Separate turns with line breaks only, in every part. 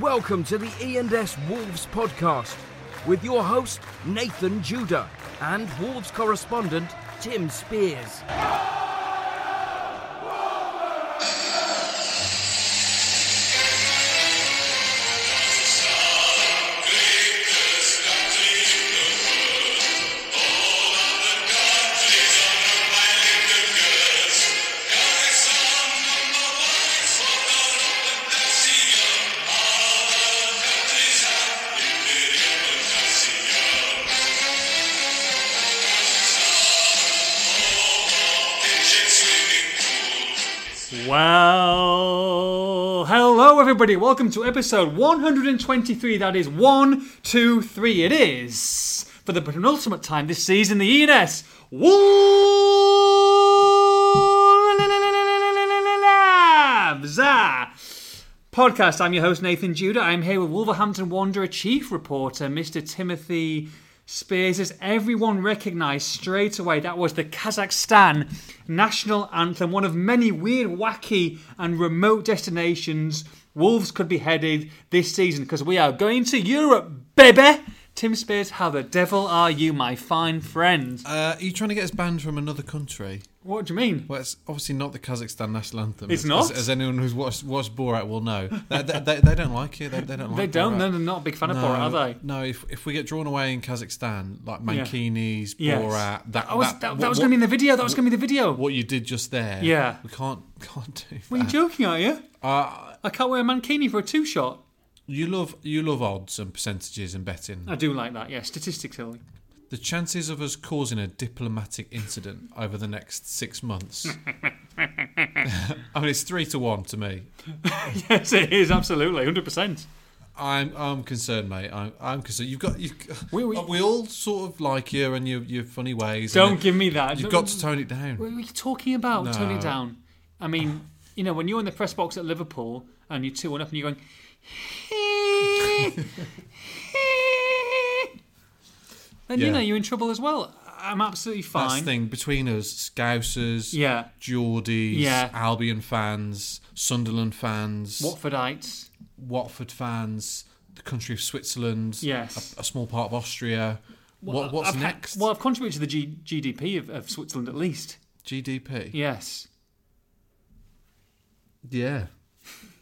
Welcome to the E&S Wolves podcast with your host Nathan Judah and Wolves correspondent Tim Spears.
Well, hello everybody. Welcome to episode 123. That is one, two, three. It is for the penultimate time this season. The ENS Wolves Ah. podcast. I'm your host Nathan Judah. I'm here with Wolverhampton Wanderer chief reporter Mr. Timothy Spears. As everyone recognised straight away, that was the Kazakhstan national anthem, one of many weird, wacky, and remote destinations Wolves could be headed this season because we are going to Europe, baby. Tim Spears, how the devil are you, my fine friend?
Uh, are you trying to get us banned from another country?
What do you mean?
Well, it's obviously not the Kazakhstan national anthem.
It's
as,
not?
As, as anyone who's watched, watched Borat will know, they, they, they, they don't like it. They, they don't like.
They don't.
Borat.
No, they're not a big fan of Borat, are they?
No, if if we get drawn away in Kazakhstan, like Mankinis,
Yes.
Borat, Oh, that
I was, that, that
what-
was going to be in the
what-
video. That was going to be the video.
What you did just there,
Yeah.
we can't can't do. That.
Are you joking, are you?
Uh,
I can't wear a mankini for a two shot.
you love you love odds and percentages and betting.
I do like that, yeah, statistically.
The chances of us causing a diplomatic incident over the next six months. I mean, it's three to one to me.
yes, it is, absolutely, 100%.
I'm I'm concerned, mate. I'm, I'm concerned. You've got you.
We-
We,
we-
all sort of like you and your your funny ways. and
Don't
it-
give me that.
You've got to tone it down.
What are you talking about? Tone it
No.
down. I mean, you know, when you're in the press box at Liverpool and you're 2 1 up and you're going. then, you
Yeah.
know, you're in trouble as well. I'm absolutely
That's
fine.
the thing between us, Scousers,
Yeah.
Geordies,
Yeah.
Albion fans, Sunderland fans,
Watfordites.
Watford fans, the country of Switzerland,
Yes.
a, a small part of Austria. What, what's
I've-
next?
Well, I've contributed to the G- GDP of, of Switzerland at least.
GDP.
Yes.
Yeah.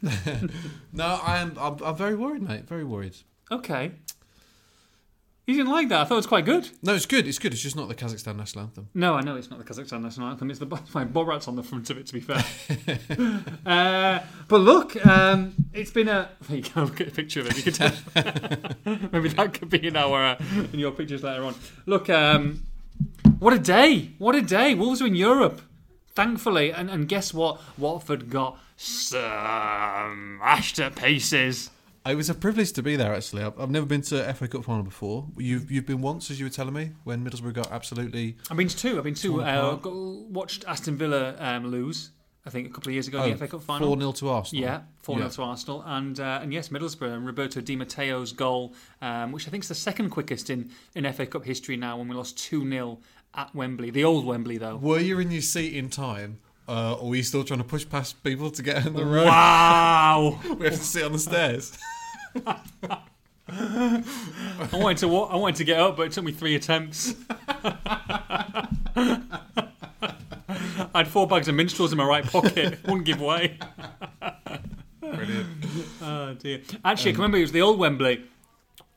no, I am. I'm, I'm very worried, mate. Very worried.
Okay. You didn't like that. I thought it was quite good.
No, it's good. It's good. It's just not the Kazakhstan national anthem.
No, I know it's not the Kazakhstan national anthem. It's the my Borat's on the front of it. To be fair, uh, but look, um, it's been a. There you go. Get a picture of it. You could tell. Maybe that could be in our uh, in your pictures later on. Look, um, what a day! What a day! Wolves are in Europe, thankfully, and, and guess what? Watford got smashed to pieces.
It was a privilege to be there. Actually, I've, I've never been to FA Cup final before. You've you've been once, as you were telling me, when Middlesbrough got absolutely.
I've been to two. I've been to. Uh,
apart.
got, watched Aston Villa um, lose. I think a couple of years ago in the FA Cup final.
Oh, Four 0 to Arsenal.
Yeah, 4 0
Yeah.
to Arsenal. And, uh, and yes, Middlesbrough and Roberto Di Matteo's goal, um, which I think is the second quickest in, in FA Cup history now when we lost 2 0 at Wembley. The old Wembley, though.
Were you in your seat in time, uh, or were you still trying to push past people to get on the road?
Wow!
We have to sit on the stairs.
I wanted to wa- I wanted to get up, but it took me three attempts. I had four bags of minstrels in my right pocket. Wouldn't give way.
Brilliant.
Oh dear. Actually, I can remember it was the old Wembley. I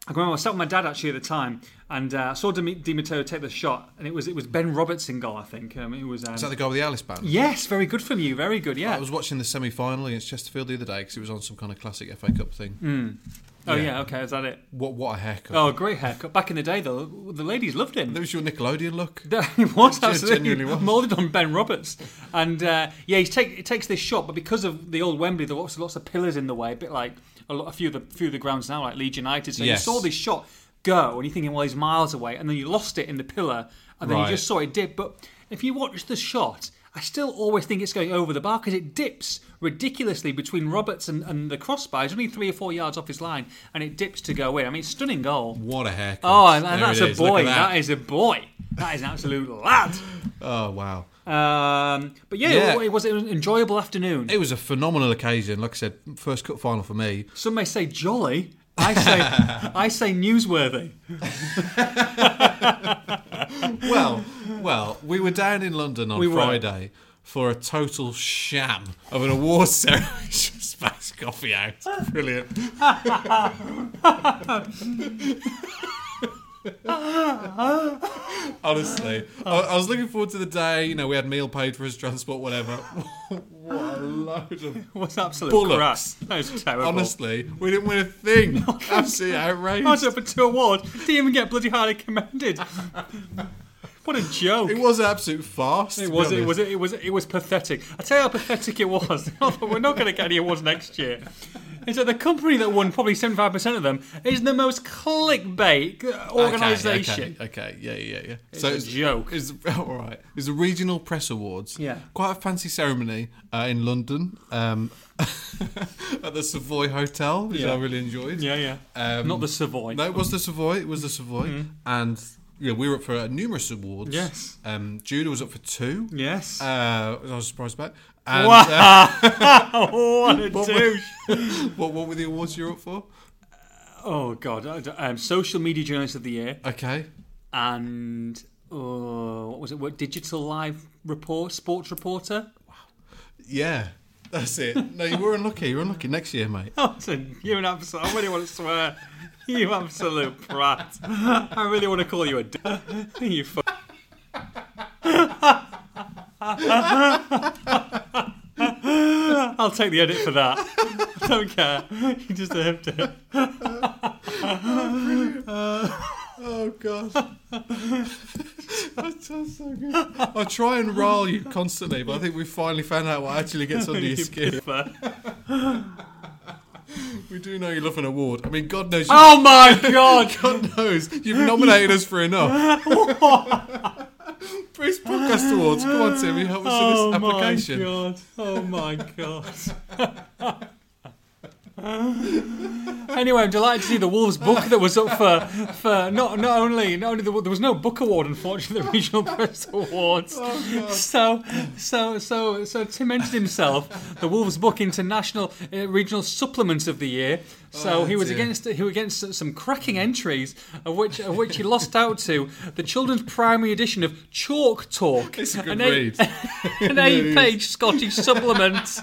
can remember I was sat with my dad actually at the time, and uh, I saw Di, Di Matteo take the shot, and it was it was Ben Robertson goal, I think. Um, it was. Um,
Is that the guy with the Alice band?
yes, very good from you. Very good.
I
Yeah.
was watching the semi final against Chesterfield the other day because it was on some kind of classic FA Cup thing.
oh yeah.
yeah.
Okay. Is that it?
What what a haircut!
Oh, great haircut. Back in the day, though, the ladies loved him.
That was your Nickelodeon look.
it was absolutely
genuinely was.
molded on Ben Roberts, and uh, yeah, he take, he takes this shot, but because of the old Wembley, there was lots of pillars in the way, a bit like a, lot, a few of the few of the grounds now, like Leeds United. So
Yes.
you saw this shot go, and you're thinking, well, he's miles away, and then you lost it in the pillar, and then
Right.
you just saw it dip. But if you watch the shot. I still always think it's going over the bar because it dips ridiculously between Roberts and, and the crossbar. It's only three or four yards off his line, and it dips to go in. I mean, it's a stunning goal.
What a haircut!
Oh, and
There
that's
it
a
is. Look at
boy.
that.
that is a boy. That is an absolute lad.
Oh wow!
Um, but yeah,
Yeah.
It, wa- it was an enjoyable afternoon.
It was a phenomenal occasion. Like I said, first cup final for me.
Some may say jolly. I say, I say newsworthy.
Well, well, we were down in London on
We were.
Friday for a total sham of an awards ceremony. Space coffee out. Brilliant. Honestly, I, I was looking forward to the day. You know, we had meal paid for his transport, whatever. what a load of
It was absolute
Bullocks.
crap. That was terrible.
Honestly, we didn't win a thing. Absolutely
I was
outraged.
up for two awards. Didn't even get bloody highly commended. What a joke!
It was an absolute farce.
It was, it was, it was, it was pathetic. I tell you how pathetic it was. We're not going to get any awards next year. Is that the company that won probably seventy-five percent of them is the most clickbait organisation.
Okay, okay, yeah, yeah, yeah. so
a joke.
It's all right. It's the regional press awards.
Yeah.
quite a fancy ceremony uh, in London um, at the Savoy Hotel, which
Yeah.
I really enjoyed.
Yeah, yeah.
Um,
not the Savoy.
No, it was the Savoy. It was the Savoy, and yeah, we were up for uh, numerous awards.
Mm-hmm. Yes.
Um, Judah was up for two.
Yes.
Uh, which I was surprised about. And,
Wow.
uh,
oh, what a
What were-
douche!
what what were the awards you were up for?
Oh God! I- I- Um, social media journalist of the year
Okay.
and oh, what was it? What digital live report? Sports reporter?
Yeah. That's it. No, you were unlucky. You were unlucky next year, mate.
Oh, it's a- you're an absolute. I really want to swear. You absolute prat. I really want to call you a. D- you f- I'll take the edit for that. I don't care. You deserved it.
Oh god. That sounds so good. I try and rile you constantly, but I think we finally found out what actually gets under your skin. We do know you love an award. I mean, God knows, you,
Oh my god!
God knows you've nominated us for enough. Bruce Podcast Awards. Come on, Timmy, help us
Oh
with this
my
application.
god! Oh my god! anyway, I'm delighted to see the Wolves book that was up for for not not only not only the, there was no book award unfortunately the regional press awards.
Oh,
so so so so Tim entered himself the Wolves book into national uh, regional supplement of the year. So
Oh,
he was
dear.
against he was against some cracking entries of which of which he lost out to the children's primary edition of Chalk Talk.
It's a
an
good
eight-
read.
an eight-page Scottish supplement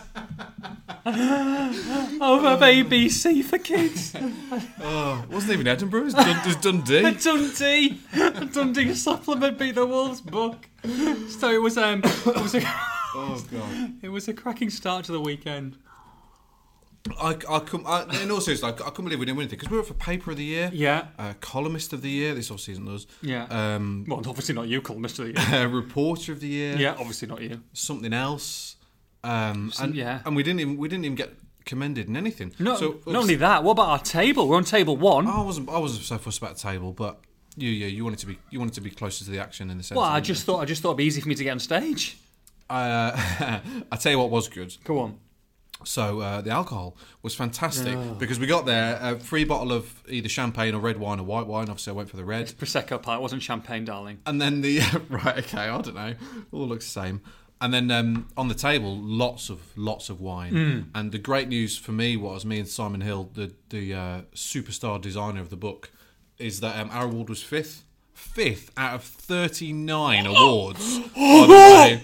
of, of ABC for kids.
Oh, it wasn't even Edinburgh. It's Dun- it's Dundee.
A Dundee, a Dundee supplement beat the Wolves book. So it was um, it was a,
Oh god.
it was a cracking start to the weekend.
I, I come, I, in all seriousness, I, I couldn't believe we didn't win anything because we were up for paper of the year,
Yeah,
uh, columnist of the year. This obviously isn't us.
yeah.
Um,
well, obviously not you, Cole, Mister.
uh, reporter of the year.
Yeah, obviously not you.
Something else. Um, and,
yeah.
And we didn't even we didn't even get commended in anything.
No,
So
not only that. What about our table? We're on table one.
I wasn't I wasn't so fussed about the table, but you yeah you wanted to be you wanted to be closer to the action in the sense.
well,
that
I
you-
just thought I just thought it'd be easy for me to get on stage.
Uh, I tell you what was good.
Go on.
So uh, the alcohol was fantastic because we got there a free bottle of either champagne or red wine or white wine. Obviously, I went for the red.
Prosecco pie. It wasn't champagne, darling.
And then the right, okay, I don't know. All looks the same. And then um, on the table, lots of lots of wine.
Hmm.
And the great news for me was me and Simon Hill, the the uh, superstar designer of the book, is that um, our award was fifth, fifth out of thirty nine awards. by the way.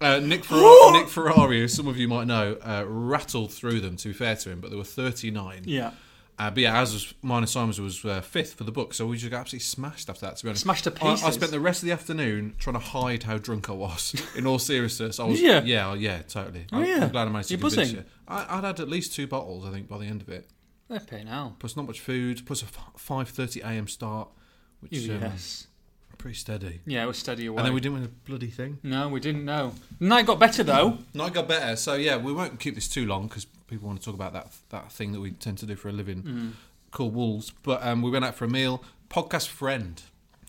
Uh, Nick, Ferrari, Nick Ferrari, who some of you might know, uh, rattled through them. To be fair to him, but there were thirty nine.
Yeah.
Uh, but yeah, ours was minus Simons was uh, fifth for the book, so we just got absolutely smashed after that. To be honest,
Smashed to
I- I,
pieces.
spent the rest of the afternoon trying to hide how drunk I was. In all seriousness, I was
Yeah. Oh,
yeah, yeah, oh, yeah totally. I'm,
yeah.
I'm glad I managed to
You're
convince
buzzing.
you. I, I'd had at least two bottles, I think, by the end of it.
Okay, now.
Plus not much food. Plus a five thirty a.m. start, which is um,
Yes.
pretty steady.
Yeah, it was steady away.
And then we didn't win a bloody thing.
No, we didn't know. Night got better though.
Night got better, so yeah, we won't keep this too long because people want to talk about that that thing that we tend to do for a living,
Mm.
called wolves. But um, we went out for a meal. Podcast friend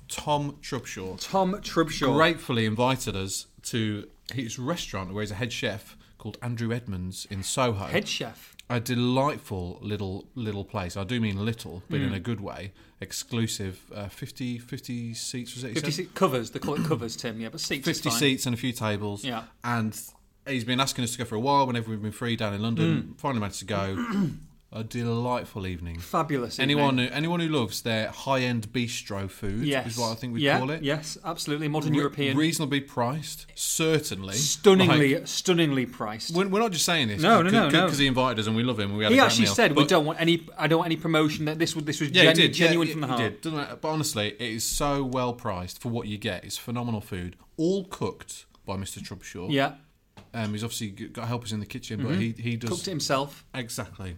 Tom Trubshaw
Tom Trubshaw.
gratefully invited us to his restaurant where he's a head chef called Andrew Edmonds in Soho.
Head chef.
a delightful little little place. I do mean little, but
Mm.
in a good way. Exclusive, uh, 50, 50 seats was it? he said?
50 se- covers. They call it covers, Tim. Yeah, but seats. is
50
fine.
seats and a few tables.
Yeah.
And he's been asking us to go for a while whenever we've been free down in London. Finally managed to go. a delightful evening.
Fabulous. Mm. evening.
Anyone who, anyone who loves their high end bistro food
Yes.
is what I think we
yeah,
call it.
Yes, absolutely. Modern
Re-
European.
Reasonably priced, certainly. Like,
stunningly, stunningly priced.
we're we're not just saying this.
No, no, no, no.
Because he invited us and we love him. and We had
he
a great
actually
meal.
said we
But-
don't want any. I don't want any promotion. That this was this was
Yeah,
genu-
he did.
genuine
yeah,
from
he-
the
he
heart.
did. Doesn't matter. But honestly, it is so well priced for what you get. It's phenomenal food, all cooked by Mr. Trubshaw.
Yeah, Mm-hmm.
Um, he's obviously g- got helpers in the kitchen, but he, he does
cooked it himself.
exactly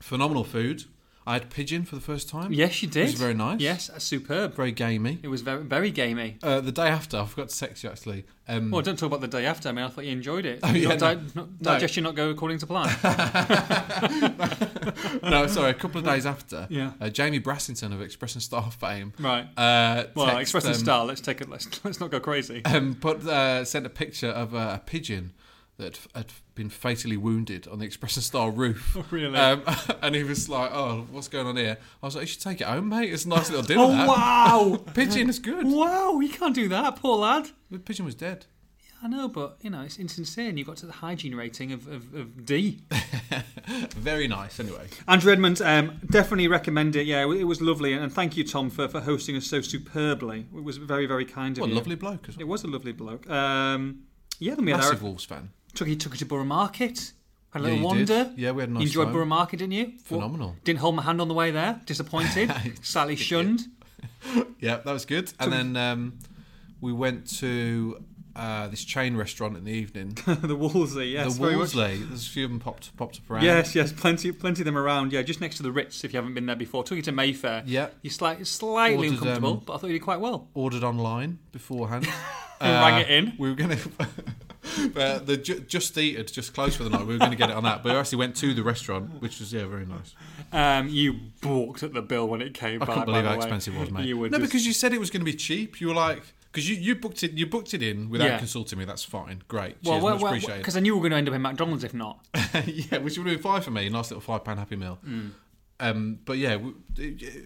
phenomenal food. I had pigeon for the first time.
Yes, you did.
was very nice.
Yes, uh, superb.
very gamey.
It was very very gamey.
Uh, the day after, I forgot to text you actually. Um,
Well, don't talk about the day after. I mean, I thought you enjoyed it.
Oh, yeah,
Not
no.
di- not-
No.
Digestion not go according to plan.
no, sorry, a couple of days after.
Yeah.
Uh, Jamie Brassington of Express and Star fame.
Right.
Uh,
well,
text,
expressing
um,
style. Let's take it. Let's let's not go crazy.
um, put uh, sent a picture of uh, a pigeon that had been fatally wounded on the Express and Star roof.
Oh, really?
Um, and he was like, "Oh, what's going on here?" I was like, "You should take it home, mate. It's a nice little dinner.
Oh
that.
wow!
Pigeon is good.
wow! You can't do that, poor lad.
The pigeon was dead.
I know, but you know, it's insincere. And you got to the hygiene rating of, of, of D.
Very nice. Anyway,
Andrew Edmonds, um, definitely recommend it. Yeah, it was lovely, and thank you, Tom, for, for hosting us so superbly. It was very, very kind of
what a
you.
lovely bloke as
It
well.
was a lovely bloke. Um, yeah, then we had
Massive
our,
Wolves fan.
took he took her to Borough Market. Had a
Yeah,
little
you did.
wander.
Yeah, we had a nice
You enjoyed
time.
Borough Market, didn't you? What-
Phenomenal.
didn't hold my hand on the way there. Disappointed. slightly shunned.
Yeah, that was good. And then um, we went to uh, this chain restaurant in the evening.
the Wolsey, yes,
the
very much.
Wolseley. There's a few of them popped popped up around.
Yes, yes, plenty, plenty of them around. Yeah, just next to the Ritz. If you haven't been there before, took you to Mayfair.
Yeah.
you're slight, slightly
Ordered,
uncomfortable,
um,
but I thought you did quite well.
ordered online beforehand.
Rang it in.
Uh, We were going to. Uh, the ju- just eat had just closed for the night. We were going to get it on that, but we actually went to the restaurant, which was yeah, very nice.
Um, you balked at the bill when it came.
I
by,
can't
by
believe
the
how
way.
expensive it was, mate.
You were
no,
just-
because you said it was going to be cheap. You were like, because you, you booked it, you booked it in without
Yeah.
consulting me. That's fine, great,
well,
cheers,
well,
much
well,
appreciated.
because I knew we were going to end up in McDonald's if not.
yeah, which would have been fine for me. Nice little five pound happy meal.
Hmm.
Um, but yeah, w- it, it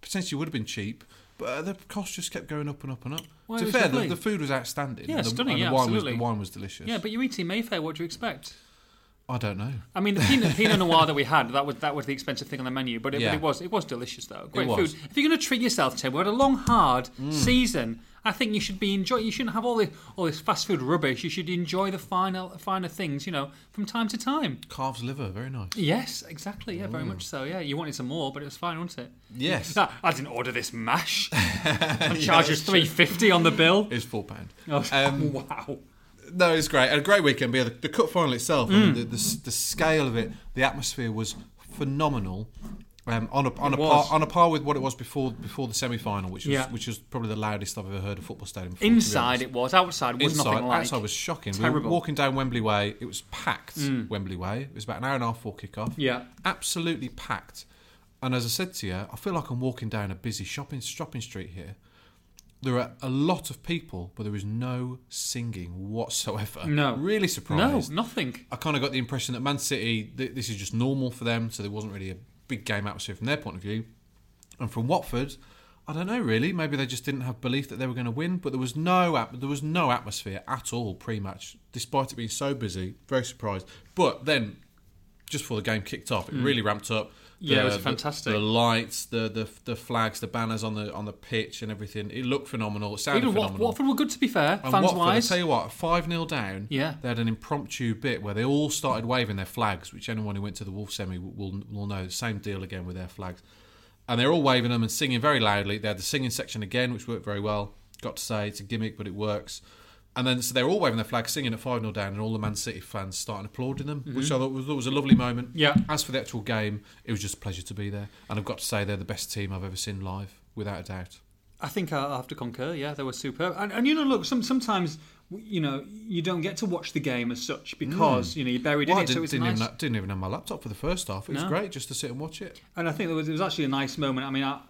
potentially would have been cheap. But uh, the cost just kept going up and up and up.
Well,
to
it
be
was
fair, the,
lovely.
the food was outstanding.
Yeah,
and the,
stunning,
and the
yeah,
wine
absolutely.
Was, the wine was delicious.
Yeah, but you're eating Mayfair. What do you expect?
I don't know.
I mean, the Pinot, Pinot Noir that we had that was that was the expensive thing on the menu, but it,
Yeah.
but it was it was delicious though. Great
was. Mm.
food. If you're going to treat yourself, Tim, we had a long, hard season. I think you should be enjoy. You shouldn't have all this all this fast food rubbish. You should enjoy the finer finer things, you know, from time to time.
Calf's liver, very nice.
Yes, exactly. Yeah, very much so. Yeah, you wanted some more, but it was fine, wasn't it?
Mm. Yes.
No, I didn't order this mash. And charges three fifty on the bill.
It's four pound.
Um, wow.
No, it's great. And a great weekend. But yeah, the, the cup final itself, I
Mm.
mean, the, the s- the scale of it, the atmosphere was phenomenal. Um, on a on a par,
was.
on a par with what it was before before the semi final, which was
Yeah.
which was probably the loudest I've ever heard a football stadium. Before, to be
Inside
honest.
it was, outside was
Inside,
nothing like.
outside was shocking. We were
Terrible. Mm.
walking down Wembley Way. It was packed. Wembley Way. It was about an hour and a half before kickoff.
Yeah.
absolutely packed. And as I said to you, I feel like I'm walking down a busy shopping shopping street here. There are a lot of people, but there is no singing whatsoever.
No.
really
no,
surprised.
nothing.
I kind of got the impression that Man City, th- this is just normal for them, so there wasn't really a big game atmosphere from their point of view. And from Watford, I don't know really. Maybe they just didn't have belief that they were going to win, but there was no at- there was no atmosphere at all pre-match, despite it being so busy. Very surprised. But then, just before the game kicked off, it really ramped up.
Hmm. Yeah, it was
the-
fantastic.
The, lights, the, the the flags, the banners on the on the pitch, and everything. It looked phenomenal. It sounded
Even Wat-
phenomenal.
Watford were good to be fair,
And
fans
Watford,
wise.
I tell you what, five 0 down.
Yeah.
they had an impromptu bit where they all started waving their flags, which anyone who went to the Wolf semi will will know. Same deal again with their flags, and they're all waving them and singing very loudly. They had the singing section again, which worked very well. Got to say, it's a gimmick, but it works. And then so they're all waving their flags, singing at five 0 down, and all the Man City fans starting applauding them, which I thought was, thought was a lovely moment.
Mm-hmm. Yeah.
As for the actual game, it was just a pleasure to be there, and I've got to say they're the best team I've ever seen live, without a doubt.
I think I I have to concur. Yeah, they were superb. And, and you know, look, some, sometimes you know you don't get to watch the game as such because you know you're buried
Hmm. Well, I
in it.
didn't,
So it's
didn't
nice.
even, didn't even have my laptop for the first half. It was
No.
great just to sit and watch it.
And I think there was, it was actually a nice moment. I mean, I,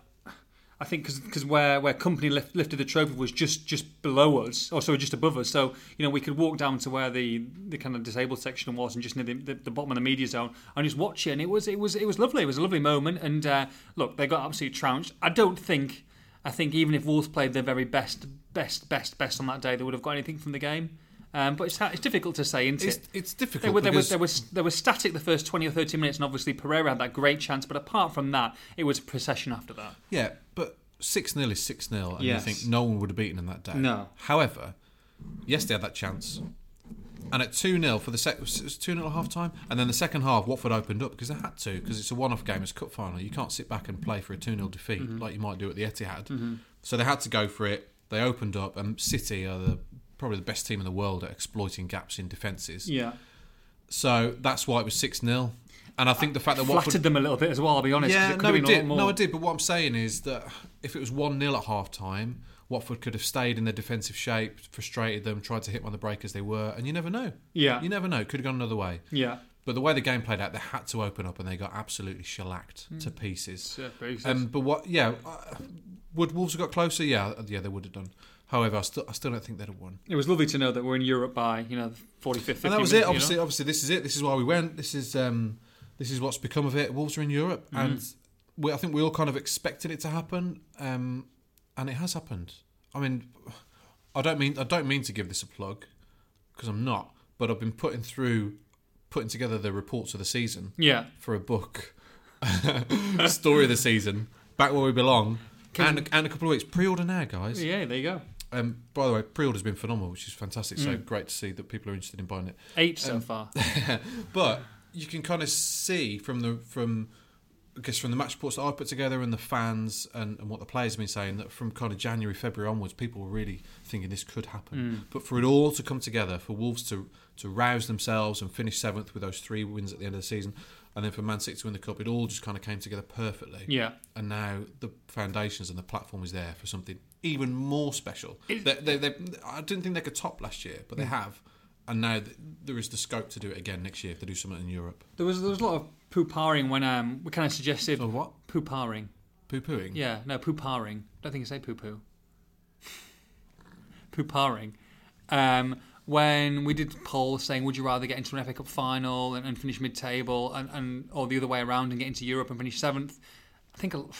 I think because where where company lift, lifted the trophy was just just below us, or sorry, just above us. So you know we could walk down to where the, the kind of disabled section was, and just near the, the, the bottom of the media zone, and just watch it. And it was it was it was lovely. It was a lovely moment. And uh, look, they got absolutely trounced. I don't think I think even if Wolves played their very best best best best on that day, they would have got anything from the game. Um, but it's, it's difficult to say, isn't
It's,
it?
it's
They
difficult.
were, they, were,
because-
they, were, they were static the first 20 or 30 minutes, and obviously Pereira had that great chance. But apart from that, it was a procession after that.
Yeah, but 6 0 is 6 0, and
Yes.
you think no one would have beaten them that day.
No.
However, yes, they had that chance. And at 2 0 for the sec- was it 2 0 at half time, and then the second half, Watford opened up because they had to, because it's a one off game, it's cup final. You can't sit back and play for a 2 0 defeat
Mm-hmm.
like you might do at the Etihad. So they had to go for it. They opened up, and City are the, probably the best team in the world at exploiting gaps in defences.
Yeah.
So that's why it was 6 0. And I think the fact that Watford
Flattered them a little bit as well, I'll be honest. 'cause
yeah,
it could
no,
have been
it
a lot
did.
more.
No, it did. But what I'm saying is that if it was 1 0 at half time, Watford could have stayed in their defensive shape, frustrated them, tried to hit them on the break as they were, and you never know.
Yeah.
You never know. It could have gone another way.
Yeah.
But the way the game played out, they had to open up and they got absolutely shellacked to
Hmm.
pieces.
Yeah, basis.
Um, but what, yeah, uh, would Wolves have got closer? Yeah, yeah, they would have done. However, I still, I still don't think they'd have won.
It was lovely to know that we're in Europe by, you know, the 45th, 50th.
and that was it. Obviously, obviously, this is it. This is why we went. This is um, this is what's become of it. Wolves are in Europe, and we, I think we all kind of expected it to happen, um, and it has happened. I mean, I don't mean I don't mean to give this a plug because I'm not, but I've been putting through putting together the reports of the season
Yeah.
for a book, story of the season, back where we belong. And, and a couple of weeks pre-order now, guys.
Yeah, there you go.
Um, by the way, pre-order's been phenomenal, which is fantastic. So great to see that people are interested in buying it
Eight so
Um,
far.
but you can kind of see from the from I guess from the match reports that I put together and the fans and, and what the players have been saying that from kind of January February onwards people were really thinking this could happen but for it all to come together for Wolves to to rouse themselves and finish seventh with those three wins at the end of the season and then for Man City to win the cup it all just kind of came together perfectly
Yeah.
and now the foundations and the platform is there for something even more special. They, they, they, I didn't think they could top last year,
Mm.
but they have, and now th- there is the scope to do it again next year if they do something in Europe.
There was there was a lot of poo-parring when um, we kind of suggested
So what?
poo-parring.
Poo pooing?
Yeah, no, poo-parring. Don't think you say poo-poo. poo-parring. Um, when we did polls saying, would you rather get into an FA Cup final and, and finish mid-table, and, and or the other way around and get into Europe and finish seventh? I think, a l-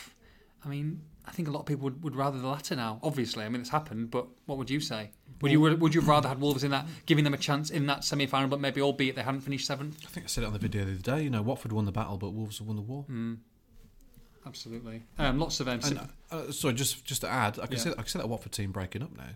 I mean, I think a lot of people would, would rather the latter now. Obviously, I mean, it's happened, but what would you say? Would you would you have rather had Wolves in that, giving them a chance in that semi-final, but maybe albeit they hadn't finished seventh?
I think I said it on the video the other day. You know, Watford won the battle, but Wolves have won the war.
Mm. Absolutely. Um, lots of um,
And uh, sorry, just just to add, I can
Yeah.
see I can see that Watford team breaking up now.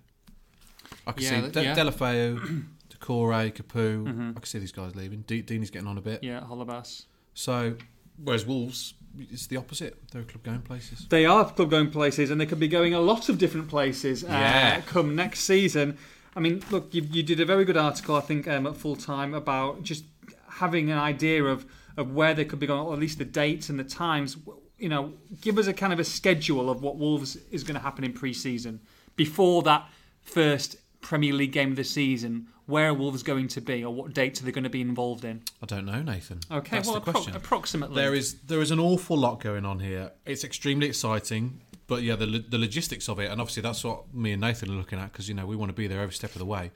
I can
Yeah,
see
that-
De-
yeah. Mm-hmm.
Delafeu, Decore, Capu. I can see these guys leaving. D- Deeney's getting on a bit.
yeah, Holobas.
So, whereas Wolves, it's the opposite. They're a club going places.
They are club going places, and they could be going a lot of different places uh,
Yeah.
come next season. I mean, look, you, you did a very good article, I think, um, at full time about just having an idea of, of where they could be going, or at least the dates and the times. You know, give us a kind of a schedule of what Wolves is going to happen in pre season before that first Premier League game of the season. Where are Wolves going to be, or what dates are they going to be involved in?
I don't know, Nathan.
Okay,
That's
well,
the question.
appro- approximately.
there is there is an awful lot going on here. It's extremely exciting, but yeah, the lo- the logistics of it, and obviously that's what me and Nathan are looking at because you know we want to be there every step of the way.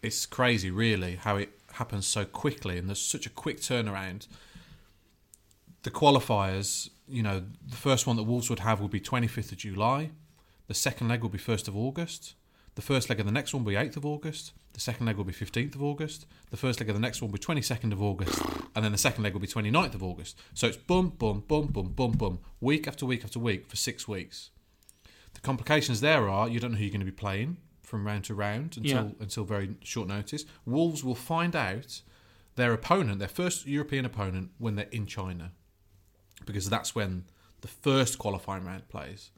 It's crazy, really, how it happens so quickly, and there's such a quick turnaround. The qualifiers, you know, the first one that Wolves would have will be 25th of July. The second leg will be 1st of August. The first leg of the next one will be 8th of August. The second leg will be 15th of August. The first leg of the next one will be 22nd of August. And then the second leg will be 29th of August. So it's bum, bum, bum, bum, bum, bum, week after week after week for six weeks. The complications there are you don't know who you're going to be playing from round to round until,
Yeah.
until very short notice. Wolves will find out their opponent, their first European opponent, when they're in China because that's when the first qualifying round plays.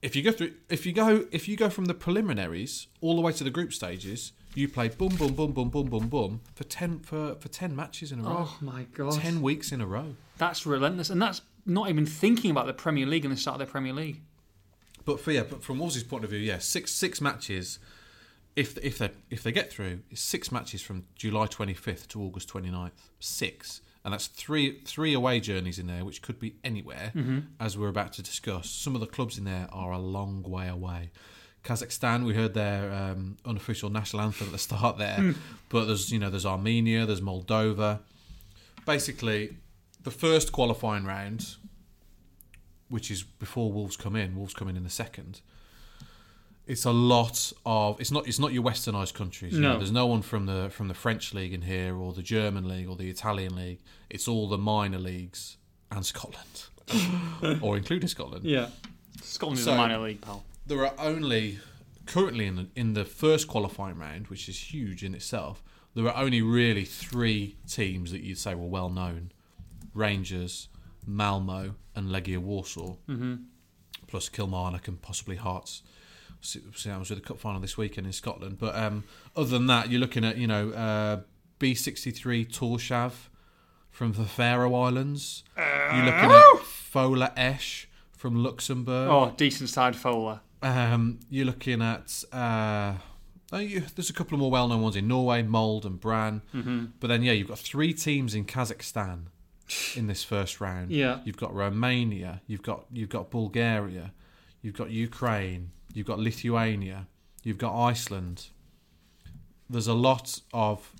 If you go through, if you go, if you go from the preliminaries all the way to the group stages, you play boom, boom, boom, boom, boom, boom, boom for ten for for ten matches in a row,
oh my god,
ten weeks in a row.
That's relentless, and that's not even thinking about the Premier League and the start of the Premier League.
But for yeah, but from Wolves' point of view, yeah, six six matches. If if they if they get through, it's six matches from July 25th to August 29th. Six, and that's three three away journeys in there, which could be anywhere, as we're about to discuss. Some of the clubs in there are a long way away. Kazakhstan, we heard their um, unofficial national anthem at the start there, but there's you know there's Armenia, there's Moldova. Basically, the first qualifying round, which is before Wolves come in, Wolves come in in the second. It's a lot of it's not it's not your westernised countries. you know,
No.
there's no one from the from the French league in here or the German league or the Italian league. It's all the minor leagues and Scotland, or including Scotland
Yeah. Scotland is a
So-
minor league, pal.
there are only currently in the, in the first qualifying round, which is huge in itself. There are only really three teams that you'd say were well known: Rangers, Malmo, and Legia Warsaw, mm-hmm. plus Kilmarnock and possibly Hearts. See, see how I was with the cup final this weekend in Scotland. But um, other than that, you're looking at you know uh, B63 Torshav from the Faroe Islands. You're looking at Fola Esch from Luxembourg.
Oh, decent side Fowler.
Um, you're looking at. Uh, oh, you, there's a couple of more well-known ones in Norway, Mold and Bran. But then, yeah, you've got three teams in Kazakhstan in this first round.
Yeah.
you've got Romania, you've got you've got Bulgaria, you've got Ukraine, you've got Lithuania, you've got Iceland. There's a lot of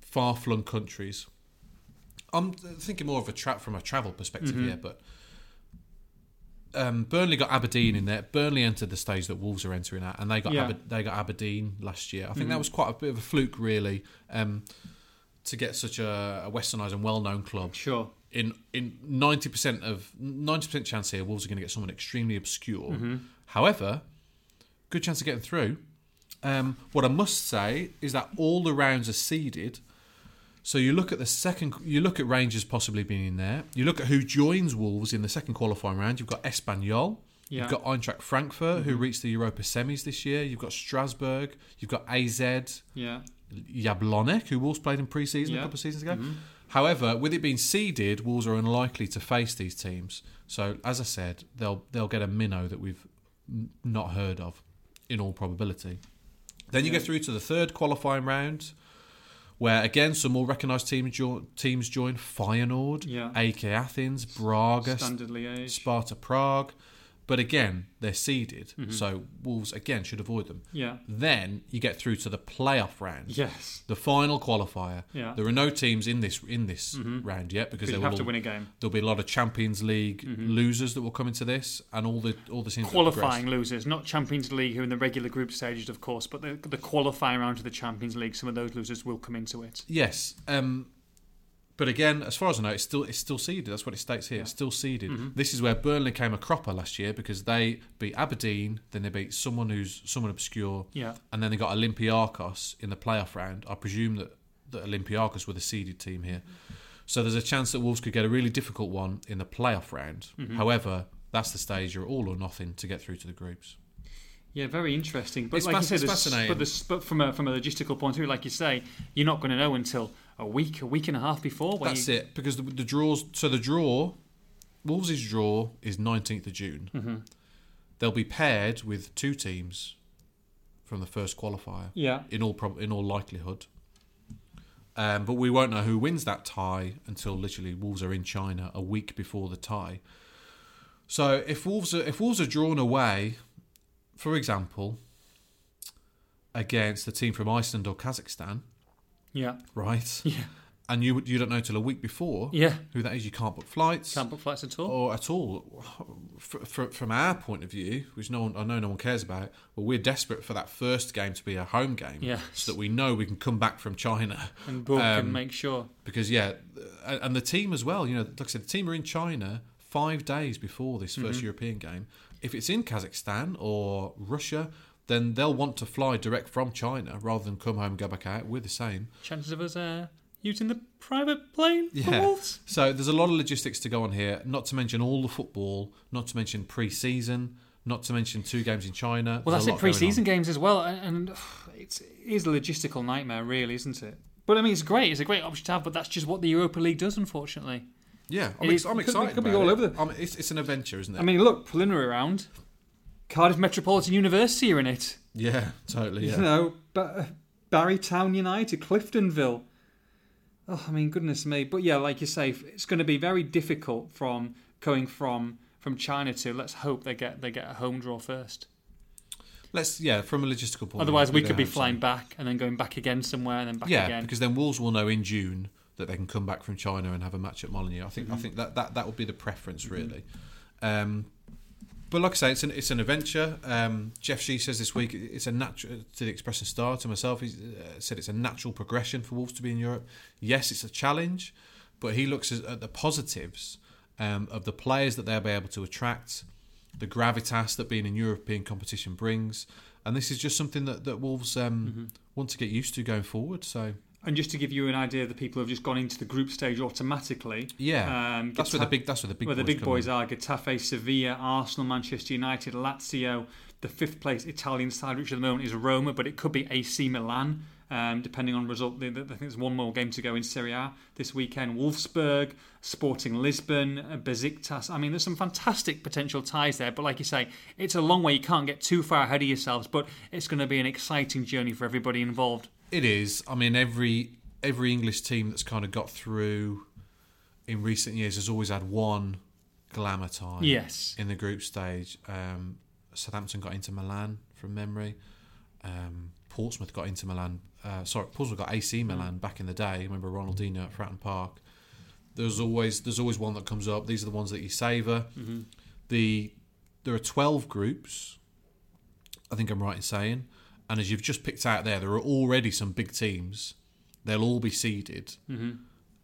far-flung countries. I'm thinking more of a trap from a travel perspective here, but um, Burnley got Aberdeen in there. Burnley entered the stage that Wolves are entering at, and they got
Yeah.
Aber- they got Aberdeen last year. I think that was quite a bit of a fluke, really, um, to get such a, a westernised and well-known club.
Sure.
In in ninety percent of ninety percent chance here, Wolves are going to get someone extremely obscure. However, good chance of getting through. Um, what I must say is that all the rounds are seeded. So you look at the second, you look at Rangers possibly being in there. You look at who joins Wolves in the second qualifying round. You've got Espanyol,
Yeah.
you've got Eintracht Frankfurt, who reached the Europa semis this year. You've got Strasbourg, you've got AZ,
Yeah.
Jablonek, who Wolves played in pre-season
Yeah. Mm-hmm.
a couple of seasons ago. However, with it being seeded, Wolves are unlikely to face these teams. So, as I said, they'll they'll get a minnow that we've n- not heard of, in all probability. Then you go through to the third qualifying round, where again some more recognised teams jo- teams join: Feyenoord,
Yeah.
AK Athens, Braga,
Standard Liège.
Sparta Prague. But again, they're seeded, so Wolves again should avoid them.
Mm-hmm. Yeah.
Then you get through to the playoff round
Yes.
the final qualifier.
Yeah.
There are no teams in this in this round yet because
You
there
have
will
to win a game.
there'll be a lot of Champions League losers that will come into this, and all the all the teams that progress.
Qualifying losers, not Champions League, who are in the regular group stages, of course, but the, the qualifying round to the Champions League, some of those losers will come into it.
Yes. Um, but again, as far as I know, it's still it's still seeded. That's what it states here. It's still seeded. This is where Burnley came a cropper last year because they beat Aberdeen, then they beat someone who's someone obscure,
Yeah.
and then they got Olympiacos in the playoff round. I presume that that Olympiacos were the seeded team here. So there's a chance that Wolves could get a really difficult one in the playoff round. However, that's the stage you're all or nothing to get through to the groups.
Yeah, very interesting. But
It's
like
fasc-
you
it's
said, there's-
fascinating.
But, there's- but from a from a logistical point of view, like you say, you're not going to know until a week, a week and a half before. When
That's
you,
it because the, the draws. So the draw, Wolves' draw is nineteenth of June. They'll be paired with two teams from the first qualifier.
Yeah.
In all prob- in all likelihood. Um, but we won't know who wins that tie until literally Wolves are in China a week before the tie. So if Wolves are, if Wolves are drawn away, for example, against the team from Iceland or Kazakhstan,
Yeah.
right?
Yeah.
And you you don't know till a week before
Yeah.
who that is. You can't book flights
Can't book flights at all.
or at all. Fr- fr- From our point of view, which no one I know no one cares about, well, we're desperate for that first game to be a home game,
Yes.
so that we know we can come back from China
and book and
um,
make sure.
because yeah, and and the team as well. You know, like I said, the team are in China five days before this 1st
Mm-hmm.
European game. If it's in Kazakhstan or Russia, then they'll want to fly direct from China rather than come home and go back out. We're the same.
Chances of us uh, using the private plane for Wolves.
So there's a lot of logistics to go on here, not to mention all the football, not to mention pre season, not to mention two games in China.
Well, that's
There's a
it.
lot going on.
Pre-season games as well, and, and it's, it is a logistical nightmare, really, isn't it? But I mean, it's great. It's a great option to have, but that's just what the Europa League does, unfortunately.
Yeah, I'm,
It
ex-
is-
I'm
it could be-
excited.
could be
about
all
it.
over the-
I'm, it's, it's an adventure, isn't it?
I mean, look, preliminary round. Cardiff Metropolitan University are in it.
yeah, totally.
You
Yeah.
know, ba- Barry Town United, Cliftonville, Oh, I mean, goodness me. But yeah, like you say, f- it's going to be very difficult from going from from China to. Let's hope they get they get a home draw first.
Let's yeah, from a logistical point.
Otherwise,
of
we
view,
could
they
be
have some-
flying back and then going back again somewhere and then back
Yeah,
again.
because then Wolves will know in June that they can come back from China and have a match at Molineux. I think
Mm-hmm.
I think that that, that would be the preference really. Um, but like I say, it's an it's an adventure. Um, Jeff Shee says this week it's a natural to the Express and Star to myself. He uh, said it's a natural progression for Wolves to be in Europe. Yes, it's a challenge, but he looks at, at the positives um, of the players that they'll be able to attract, the gravitas that being in European competition brings, and this is just something that that Wolves um,
Mm-hmm.
want to get used to going forward. So
And just to give you an idea, the people who've just gone into the group stage automatically.
Yeah,
um,
that's where the
Geta-
big that's where the big
where the
boys
big
come
boys
in.
are Getafe, Sevilla, Arsenal, Manchester United, Lazio, the fifth place Italian side, which at the moment is Roma, but it could be AC Milan, um, depending on result. I think there's one more game to go in Serie A this weekend. Wolfsburg, Sporting Lisbon, uh, Besiktas. I mean, there's some fantastic potential ties there, but like you say, it's a long way. You can't get too far ahead of yourselves, but it's going to be an exciting journey for everybody involved.
It is. I mean, every every English team that's kind of got through in recent years has always had one glamour time.
Yes.
in the group stage, um, Southampton got into Milan from memory. Um, Portsmouth got into Milan. Uh, sorry, Portsmouth got AC Milan back in the day. Remember Ronaldinho at Fratton Park. There's always there's always one that comes up. These are the ones that you savor The there are twelve groups. I think I'm right in saying. And as you've just picked out there, there are already some big teams. They'll all be seeded,
Mm-hmm.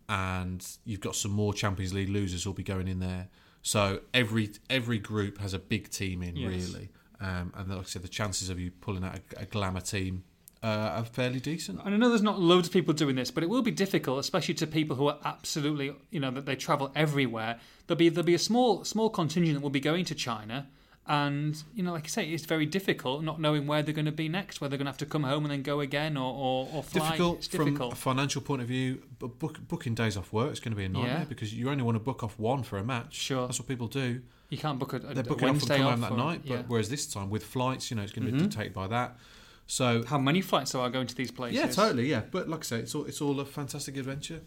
and you've got some more Champions League losers who'll be going in there. So every every group has a big team in
Yes.
really, um, and like I said, the chances of you pulling out a, a glamour team uh, are fairly decent.
And I know there's not loads of people doing this, but it will be difficult, especially to people who are absolutely, you know, that they travel everywhere. There'll be there'll be a small small contingent that will be going to China, and you know, like I say, it's very difficult not knowing where they're going to be next, whether they're going to have to come home and then go again or or, or fly.
difficult
it's
from
difficult.
a financial point of view, but book, booking days off work is going to be a nightmare
Yeah.
because you only want to book off one for a match.
Sure.
that's what people do.
you can't book a, a
They're booking off and
Wednesday
come home that
or-
night. But
yeah.
whereas this time with flights, you know, it's going to be dictated by that. So
How many flights are going to these places?
yeah, totally, yeah. But like I say, it's all it's all a fantastic adventure.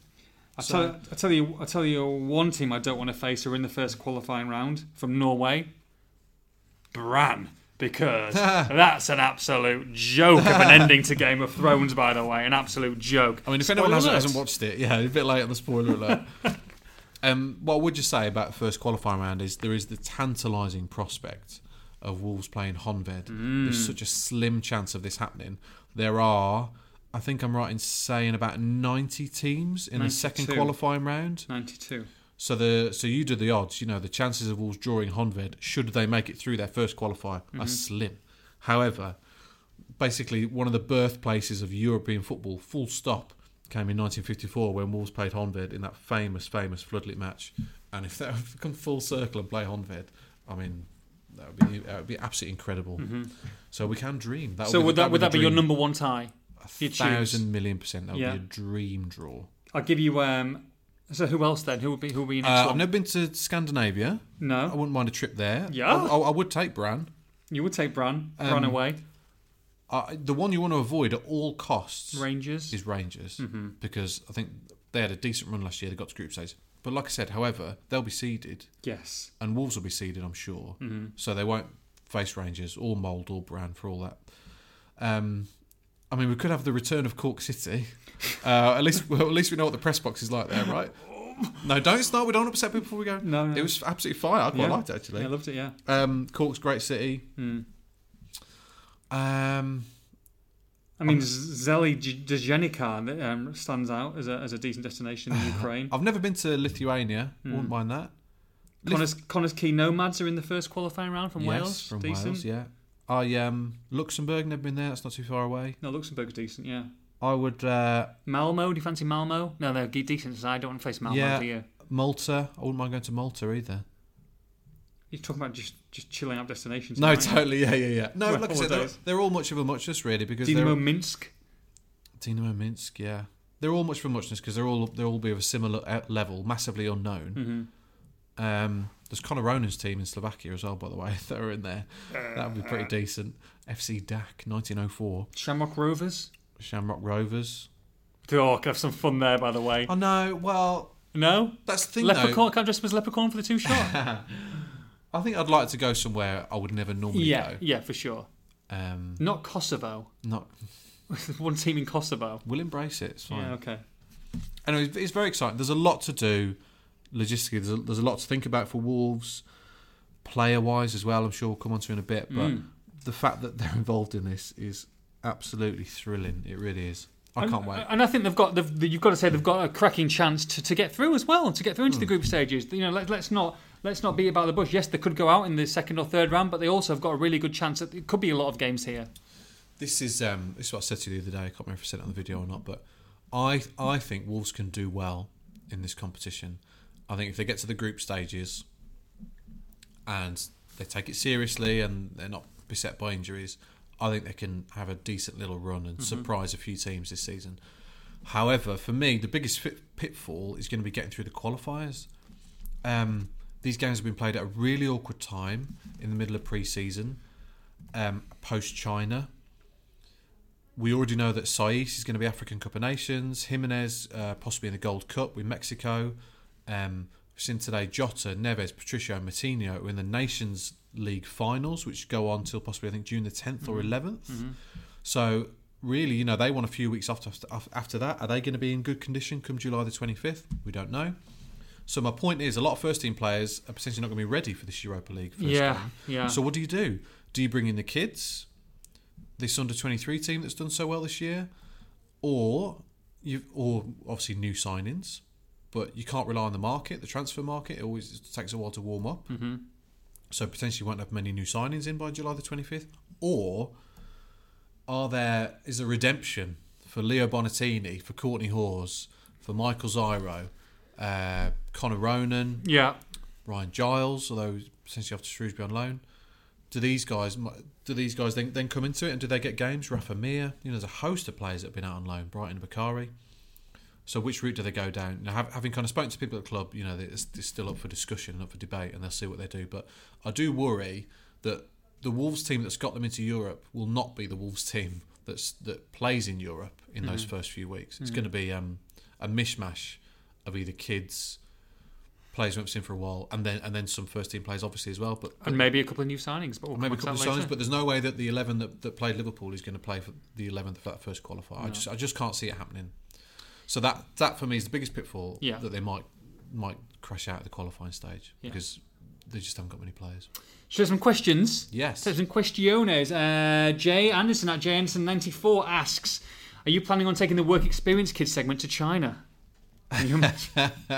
I
So-
tell, I tell you, I tell you, one team I don't want to face are in the first qualifying round from Norway. Bran, because that's an absolute joke of an ending to Game of Thrones. By the way, an absolute joke.
I mean, if anyone
Spoiler
hasn't,
alert.
hasn't watched it, yeah, a bit late on the spoiler alert. um, what I would you say about the first qualifying round is there is the tantalising prospect of Wolves playing Honved. There's such a slim chance of this happening. There are, I think I'm right in saying, about 90 teams in the second
92.
qualifying round.
ninety-two.
So the so you do the odds. You know the chances of Wolves drawing Honved should they make it through their first qualifier
Mm-hmm.
are slim. However, basically one of the birthplaces of European football, full stop, came in 1954 when Wolves played Honved in that famous famous floodlit match. And if they come full circle and play Honved, I mean that would be that would be absolutely incredible. So we can dream. That
Mm-hmm. So
be,
would that would that be your
dream.
number one tie?
A
you choose?
thousand million percent. That would
Yeah.
be a dream draw.
I'll give you. um So who else then? Who would be who would be your next
Uh, I've
one?
never been to Scandinavia. I
no,
wouldn't mind a trip there.
Yeah.
I, I- I would take Bran.
you would take Bran.
Um,
Bran away.
I, the one you want to avoid at all costs
Rangers. Mm-hmm.
is Rangers because I think they had a decent run last year. They got to group stage, but like I said, however, they'll be seeded
Yes.
and Wolves will be seeded, I'm sure.
Mm-hmm.
So they won't face Rangers or Mould or Bran for all that. Um, I mean, we could have the return of Cork City. Uh, at least, well, at least we know what the press box is like there, right? No, don't start. We don't upset people before we go.
No, no.
it was absolutely fire. I quite
Yeah.
liked it actually.
Yeah, I loved it. Yeah.
Um, Cork's great city.
Hmm.
Um,
I mean, Zeli Dzhenica um, stands out as a, as a decent destination in Ukraine.
I've never been to Lithuania.
Hmm.
Wouldn't mind that.
Connors, Connors Key Nomads are in the first qualifying round from
yes,
Wales.
from
decent.
Wales. Yeah. I um Luxembourg. Never been there. That's not too far away.
No, Luxembourg's decent, yeah.
I would. Uh,
Malmo, do you fancy Malmo? No, they're ge- decent, so I don't want to face Malmo,
yeah.
do you?
Malta. I wouldn't mind going to Malta either.
You're talking about just, just chilling out destinations.
No,
aren't you?
totally. Yeah, yeah, yeah. No,
Well,
like I
all
said, they're,
those.
they're all much of a muchness, really, because
Dynamo
they're
Minsk.
Dynamo Minsk. Yeah, they're all much of a muchness because they're all they're all be of a similar uh, level, massively unknown.
Mm-hmm.
Um, there's Conor Ronan's team in Slovakia as well, by the way. If they were in there, that would be
Uh.
pretty decent. FC DAC 1904,
Shamrock Rovers.
Shamrock oh Rovers.
Oh, could have some fun there, by the way.
Oh no, well
No?
that's the thing
leprechaun,
though.
can't dress up as leprechaun for the two shot?
I think I'd like to go somewhere I would never normally
yeah,
go.
yeah, for sure.
Um,
Not Kosovo.
not
One team in Kosovo.
we'll embrace it. It's fine.
Yeah, okay.
anyway, it's- it's very exciting. There's a lot to do logistically. There's a, there's a lot to think about for Wolves, player wise as well. I'm sure we'll come onto in a bit, but the fact that they're involved in this is absolutely thrilling. It really is. I can't wait.
And I think they've got they've, you've got to say they've got a cracking chance to, to get through as well, to get through into
Hmm.
the group stages. You know, let, let's not let's not be about the bush. Yes, they could go out in the second or third round, but they also have got a really good chance. That it could be a lot of games here.
This is um, this is what I said to you the other day. I can't remember if I said it on the video or not, but I I think Wolves can do well in this competition. I think if they get to the group stages and they take it seriously and they're not beset by injuries, I think they can have a decent little run and surprise a few teams this season. However, for me, the biggest fit, pitfall is going to be getting through the qualifiers. Um, these games have been played at a really awkward time in the middle of pre-season, um, post-China we already know that Saiz is going to be African Cup of Nations. Jimenez uh, possibly in the Gold Cup with Mexico. Um, we've seen today Jota, Neves, Patricio, and Matinho are in the Nations League finals, which go on till possibly I think June the 10th or 11th. So really, you know, they want a few weeks after after that. Are they going to be in good condition come July the 25th? We don't know. So my point is, a lot of first team players are potentially not going to be ready for this Europa League. First
Yeah,
game.
yeah.
So what do you do? Do you bring in the kids? this under 23 team that's done so well this year or you've or obviously new signings but you can't rely on the market the transfer market it always takes a while to warm up mm-hmm. so potentially won't have many new signings in by july the 25th or are there is a redemption for leo bonatini for courtney hawes for michael Zyro, uh, connor ronan
Yeah,
Ryan Giles, although he's potentially off to Shrewsbury on loan. Do these guys do these guys then, then come into it and do they get games? Rafa Mir, you know, there's a host of players that have been out on loan. Brighton Bakari. So which route do they go down? Now, hav- having kind of spoken to people at the club, you know, it's, it's still up for discussion and up for debate, and they'll see what they do. But I do worry that the Wolves team that's got them into Europe will not be the Wolves team that's that plays in Europe in those first few weeks. It's going to be um, a mishmash of either kids, players we've seen for a while, and then and then some first team players, obviously as well. But
and maybe a couple of new signings, but we'll
maybe a
come on
couple of
to that
signings,
later.
but there's no way that the eleven that, that played Liverpool is going to play for the eleventh for that first qualifier. I just I just can't see it happening. So that that for me is the biggest pitfall
Yeah.
that they might might crash out at the qualifying stage
Yeah.
because they just haven't got many players.
Should we have some questions?
Yes.
So some questiones. Uh, Jay Anderson at Jay Anderson ninety four asks, "Are you planning on taking the work experience kids segment to China?" Can you imagine?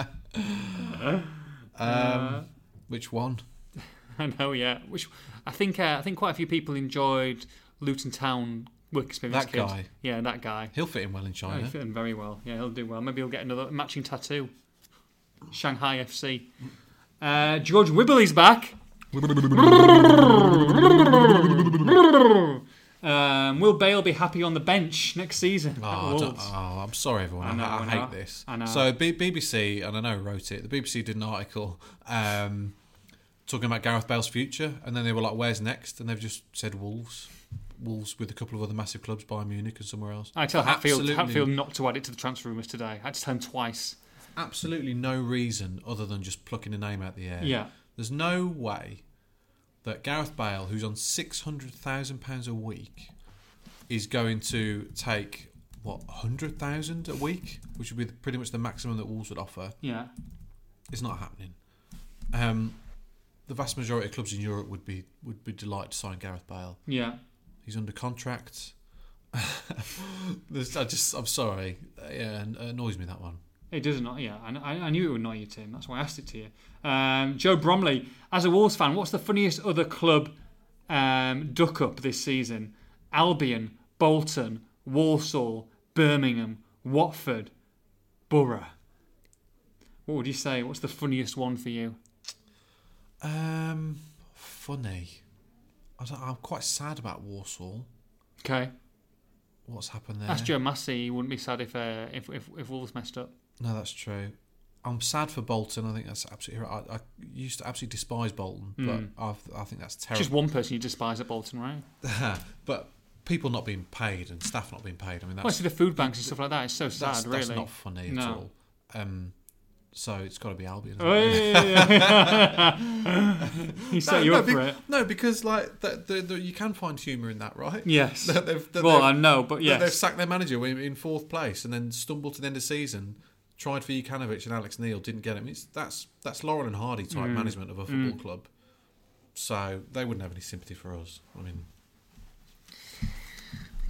Which one?
I know, yeah. Which I think uh, I think quite a few people enjoyed Luton Town work experience.
That
kid.
guy.
yeah, that guy.
He'll fit in well in
Oh,
China.
He's fitting very well. Yeah, he'll do well. Maybe he'll get another matching tattoo. Shanghai FC. Uh, George Wibbley's back. Um, will Bale be happy on the bench next season?
Oh,
at
I don't-
Wolves?
oh, I'm sorry, everyone. I,
know,
I
I
hate
know.
this.
I know.
So B- BBC, and I know who wrote it. The BBC did an article um, talking about Gareth Bale's future, and then they were like, "Where's next?" And they've just said Wolves, Wolves with a couple of other massive clubs, Bayern Munich and somewhere else.
I tell Hatfield,
Absolutely.
Hatfield not to add it to the transfer rumours today. I had to tell him twice.
absolutely no reason other than just plucking a name out the air.
Yeah.
There's no way that Gareth Bale, who's on six hundred thousand pounds a week, is going to take what hundred thousand a week, which would be the- pretty much the maximum that Wolves would offer.
Yeah.
It's not happening. Um, the vast majority of clubs in Europe would be would be delighted to sign Gareth Bale.
Yeah.
He's under contract. There's- I just, I'm sorry. Yeah, it annoys me that one.
It does not, yeah. I, I I knew it would annoy you, Tim. That's why I asked it to you. Um, Joe Bromley, as a Wolves fan, what's the funniest other club um, duck up this season? Albion, Bolton, Walsall, Birmingham, Watford, Borough. What would you say? What's the funniest one for you?
Um, funny. I don't, I'm quite sad about Warsaw.
Okay,
What's happened there?
that's Joe Massey. He wouldn't be sad if, uh, if if if Wolves messed up.
No, that's true. I'm sad for Bolton. I think that's absolutely right. I, I used to absolutely
Hmm.
despise Bolton, but i I think that's terrible.
Just one person you despise at Bolton, right?
but people not being paid and staff not being paid. I mean, that's
Well, see the food banks and stuff like that. It's so sad,
that's,
really.
that's not funny at
No. Oh,
all. Um, so it's got to be Albion. isn't it?
Hey. he set you
no,
up
be-
for it.
no, because like the, the, the, you can find humour in that, right?
Yes.
That they've, that
well,
they've-
I know, but
that They've
yes.
sacked their manager in, in fourth place and then stumbled to the end of season. Tried for Jukanovic and Alex Neil, didn't get him. It's, that's that's Laurel and Hardy type management of a football club. So they wouldn't have any sympathy for us. I mean,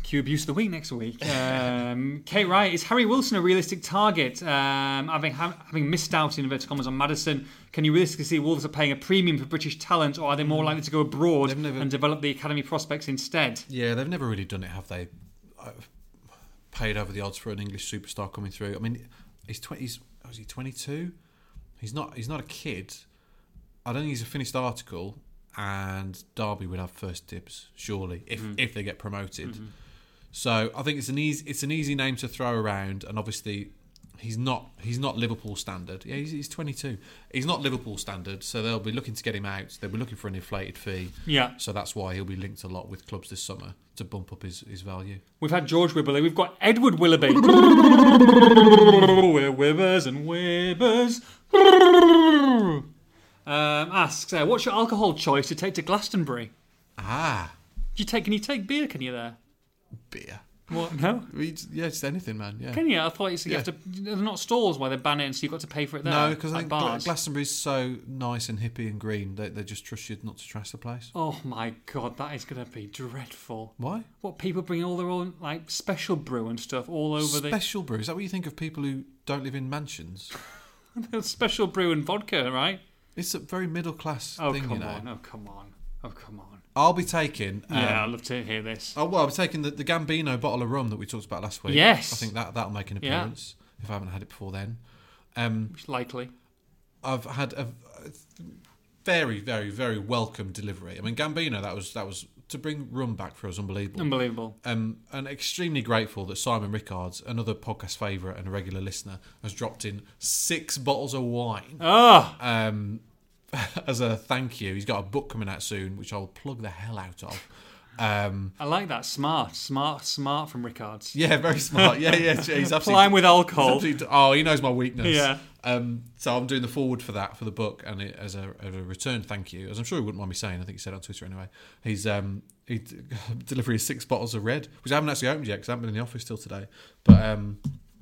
Q abuse of the week next week. Um, Kate Wright is Harry Wilson a realistic target? Um, having ha- having missed out in inverted commas on Madison, can you realistically see Wolves are paying a premium for British talent, or are they more likely to go abroad
Hmm. They've never-
and develop the academy prospects instead?
yeah, they've never really done it, have they? Uh, paid over the odds for an English superstar coming through. I mean, he's twenty. He's, oh, is he twenty two? He's not. He's not a kid. I don't think he's a finished article. And Derby would have first dibs, surely, if if they get promoted. So I think it's an easy it's an easy name to throw around, and obviously he's not he's not Liverpool standard. Yeah, he's, he's 22. He's not Liverpool standard, so they'll be looking to get him out. They'll be looking for an inflated fee.
Yeah.
So that's why he'll be linked a lot with clubs this summer to bump up his, his value.
We've had George Wibberley. We've got Edward Willoughby. We're Wibbers and Wibbers. um, asks, uh, what's your alcohol choice to take to Glastonbury?
Ah,
Do you take? Can you take beer? Can you there?
beer.
What? No.
We j- Yeah, just anything, man. Yeah.
Can you? I thought you said you have to. There's not stores where they ban it, and so you've got to pay for it there.
no, because I
like
think Gla-
bars.
Glastonbury's so nice and hippie and green that they just trust you not to trash the place.
oh my god, that is going to be dreadful.
Why?
What people bring all their own like special brew and stuff all over
Special brew. Is that what you think of people who don't live in mansions?
the special brew and vodka, right?
It's a very middle class
Oh
thing,
come
you know.
on! Oh come on! Oh come on!
I'll be taking. Um,
yeah, I'd love to hear this.
Oh well, I'll be taking the, the Gambino bottle of rum that we talked about last week.
Yes.
I think that that'll make an
Yeah.
appearance if I haven't had it before then. Um,
It's likely.
I've had a a very, very, very welcome delivery. I mean, Gambino. That was that was to bring rum back for us. Unbelievable.
Unbelievable.
um, and extremely grateful that Simon Rickards, another podcast favourite and a regular listener, has dropped in six bottles of wine
Ah,
um, as a thank you. He's got a book coming out soon, which I'll plug the hell out of. Um,
I like that. Smart, smart, smart from Rickards.
yeah, very smart. Yeah, yeah, he's absolutely.
Climb with
he's
alcohol.
absolutely- oh, he knows my weakness.
Yeah.
Um, so I'm doing the forward for that for the book, and it, as a, as a return thank you, as I'm sure he wouldn't mind me saying. I think he said on Twitter anyway. He's um, he d- delivery of six bottles of red, which I haven't actually opened yet because I haven't been in the office till today. But um,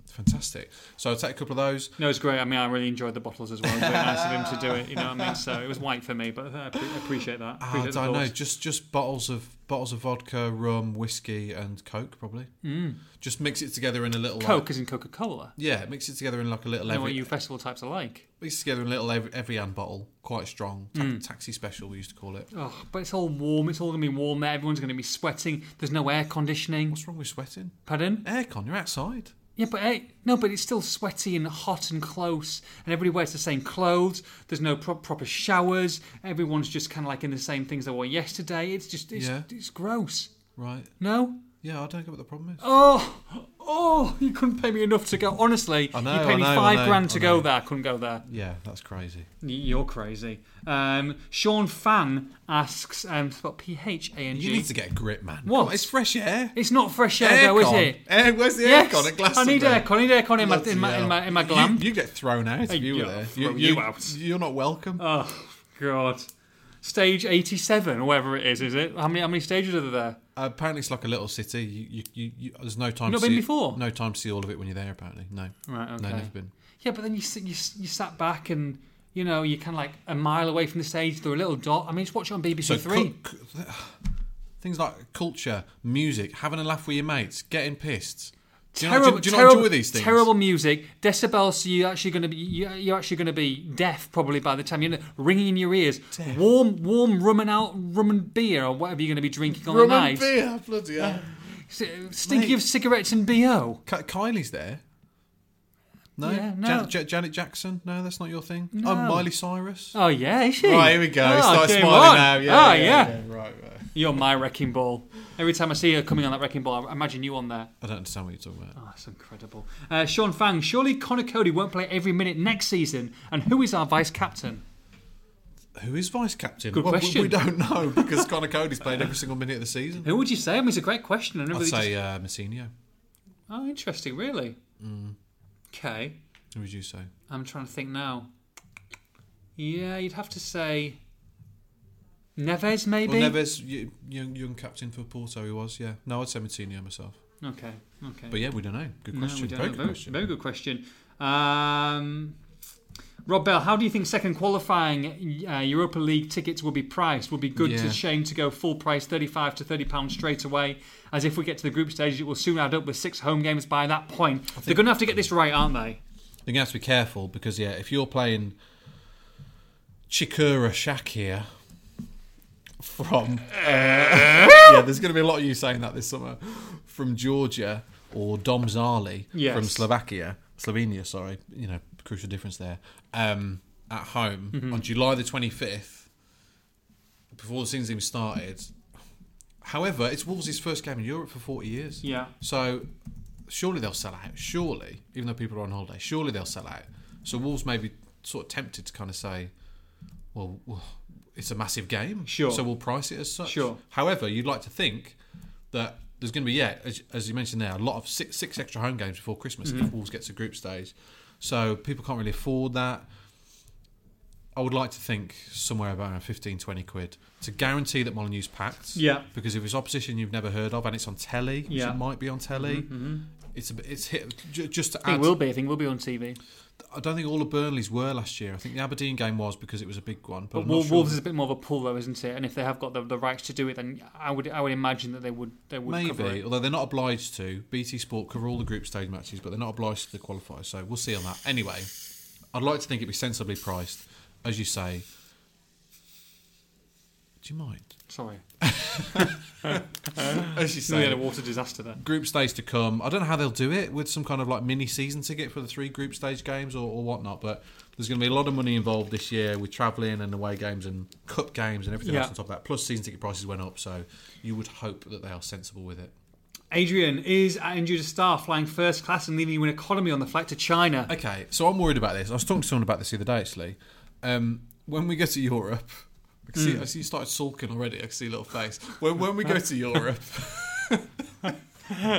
fantastic. So I'll take a couple of those.
No, it's great. I mean, I really enjoyed the bottles as well. It was very nice of him to do it. You know what I mean? So it was white for me, but I appre- appreciate that.
Ah,
Appreciate the
I know,
thoughts.
just just bottles of bottles of vodka, rum, whiskey, and coke probably. Mm. Just mix it together in a little
Coke
Like,
is in Coca Cola.
yeah, mix it together in like a little
I know what
every
you festival types are like.
mix it together in a little every, every hand bottle, quite strong. Ta-
Mm.
Taxi special we used to call it.
Oh, but it's all warm. It's all going to be warm there. Everyone's going to be sweating. There's no air conditioning.
What's wrong with sweating?
Pardon?
Aircon, you're outside.
Yeah, but hey, no, but it's still sweaty and hot and close, and everybody wears the same clothes. There's no pro- proper showers. Everyone's just kind of like in the same things they wore yesterday. It's just, it's,
Yeah.
it's gross.
Right.
No?
Yeah, I don't get what the problem is.
Oh, oh, you couldn't pay me enough to go. Honestly,
I know,
you paid
I
me
know, I
five
know,
grand to
I
go
know.
there. I couldn't go there.
Yeah, that's crazy.
Y- You're crazy. Um, Sean Fan asks, um, spot P H A N
You
G.
need to get a grip, man.
What?
Come on, It's fresh air.
It's not fresh air, though, is
Aircon.
it?
Air, where's the
Yes,
aircon at
I
Glastonbury?
need aircon. I need aircon in my in my, in my in my glam.
You, you get thrown out if you were
yeah,
there.
throw you out.
You're not welcome.
Oh God. Stage eighty-seven, or whatever it is, is it? How many how many stages are there? there?
apparently, it's like a little city. You, you, you, you there's no time.
Not
to
been
see,
before?
No time to see all of it when you're there. Apparently, no.
Right,
No,
okay.
never been.
Yeah, but then you sit- you s- you sat back and you know you're kind of like a mile away from the stage through a little dot. I mean, just watch it on BBC
So
Three.
cu- cu- things like culture, music, having a laugh with your mates, getting pissed. Do you, not, do, you not enjoy these things?
Terrible music, decibels. So you're actually going to be you- you're actually going to be deaf probably by the time you're ringing in your ears. Warm warm rum and out rum and beer or whatever you're going to be drinking on
Rum
the
and
night.
beer, bloody hell.
S- Stinky
Mate.
of cigarettes and bo.
Ki- Kylie's there. No,
Yeah, no.
Jan- Ja- Janet Jackson. No, that's not your thing. Oh, Miley Cyrus.
Oh yeah, is she?
Right, here we go.
Oh,
Start
game
smiling
on.
now. Yeah,
oh
yeah,
yeah.
yeah, Right, right.
You're my wrecking ball. Every time I see her coming on that wrecking ball, I imagine you on there.
I don't understand what you're talking about.
Oh, that's incredible. Uh, Sean Fang, surely Connor Cody won't play every minute next season. And who is our vice captain?
Who is vice captain?
Good
well, we-
question.
We don't know because Connor Cody's played every single minute of the season.
Who would you say? I mean, it's a great question. I never
I'd
really
say
just-
uh, Messino.
Oh, interesting. Really.
mm.
Okay.
Who would you say?
I'm trying to think now. Yeah, you'd have to say Neves, maybe.
Well, Neves, y- young, young captain for Porto, he was. Yeah. No, I'd say Messino myself.
Okay. Okay.
But yeah, we don't know. Good
No, we
question.
don't
Very
know.
good
very,
question.
very good question. Um, Rob Bell, how do you think second qualifying uh, Europa League tickets will be priced? Would be good
Yeah.
to shame to go full price, thirty-five to thirty pounds straight away. As if we get to the group stage, it will soon add up with six home games by that point. They're going to have to get this right, aren't they?
They're going to have to be careful because, yeah, if you're playing Chikura Shakir from. yeah, there's going to be a lot of you saying that this summer. From Georgia or Dom Zali
Yes.
from Slovakia, Slovenia, sorry, you know, crucial difference there, um, at home
Mm-hmm.
on July the 25th, before the season even started. However, it's Wolves' first game in Europe for 40 years.
Yeah.
So surely they'll sell out. Surely, even though people are on holiday, surely they'll sell out. So Wolves may be sort of tempted to kind of say, well, w- it's a massive game.
Sure.
So we'll price it as such.
Sure.
However, you'd like to think that there's going to be, yeah, as, as you mentioned there, a lot of six, six extra home games before Christmas if
Mm-hmm.
Wolves gets a group stage. So people can't really afford that. I would like to think somewhere about around 15, 20 quid to guarantee that Molyneux's packed.
Yeah.
Because if it's opposition you've never heard of and it's on telly, which
Yeah.
it might be on telly, it's a, bit- it's hit ju- just to
I think
add.
will be. I think will be on TV.
I don't think all of Burnley's were last year. I think the Aberdeen game was because it was a big one. But,
But
I'm not
Wolves
sure.
is a bit more of a pull, though, isn't it? And if they have got the, the rights to do it, then I would I would imagine that they would they would cover
Maybe,
it.
although they're not obliged to. BT Sport cover all the group stage matches, but they're not obliged to the qualifiers, so we'll see on that. Anyway, I'd like to think it'd be sensibly priced, as you say. Do you mind?
Sorry,
As you
we had a water disaster there.
group stage to come. I don't know how they'll do it with some kind of like mini season ticket for the three group stage games or, or whatnot, but there's going to be a lot of money involved this year with travelling and away games and cup games and everything
Yeah.
else on top of that. Plus, season ticket prices went up, so you would hope that they are sensible with it.
Adrian, is Andrew Star flying first class and leaving you in economy on the flight to China?
Okay, so I'm worried about this. I was talking to someone about this the other day, actually. Um, when we go to Europe, I can see, I see you started sulking already. I can see a little face. When, when we go to Europe,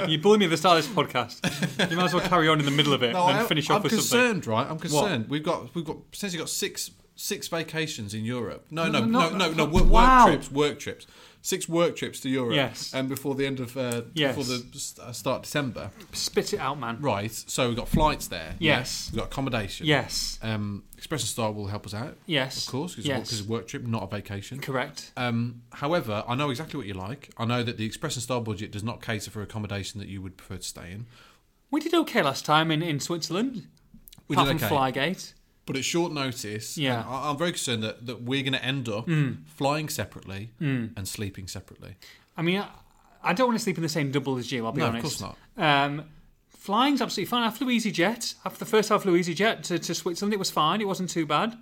you bully me at the start of this podcast. You might as well carry on in the middle of it and
I-
finish
I'm
off with something.
concerned, right? I'm concerned. We've got we've got potentially got six six vacations in Europe. No, no,
no,
no,
no,
no, no.
no.
Work,
Wow.
work trips, work trips. Six work trips to Europe.
Yes.
And before the end of uh,
Yes.
before the s- uh, start of December.
Spit it out, man.
Right. So we've got flights there.
Yes.
We've got accommodation.
Yes.
Um, Express and Star will help us out.
Yes.
Of course, because
Yes.
it's a work trip, not a vacation.
Correct.
Um, however, I know exactly what you like. I know that the Express and Star budget does not cater for accommodation that you would prefer to stay in.
We did okay last time in, in Switzerland.
We
apart
did
from
okay.
Flygate.
But at short notice,
Yeah. Hmm.
and I- I'm very concerned that, that we're going to end up flying separately and sleeping separately.
I mean, I, I don't want to sleep in the same double as you, I'll be
No, of
honest.
course
not. Um, flying's absolutely fine. I flew EasyJet. After the first time I flew EasyJet to, to Switzerland, it was fine. It wasn't too bad.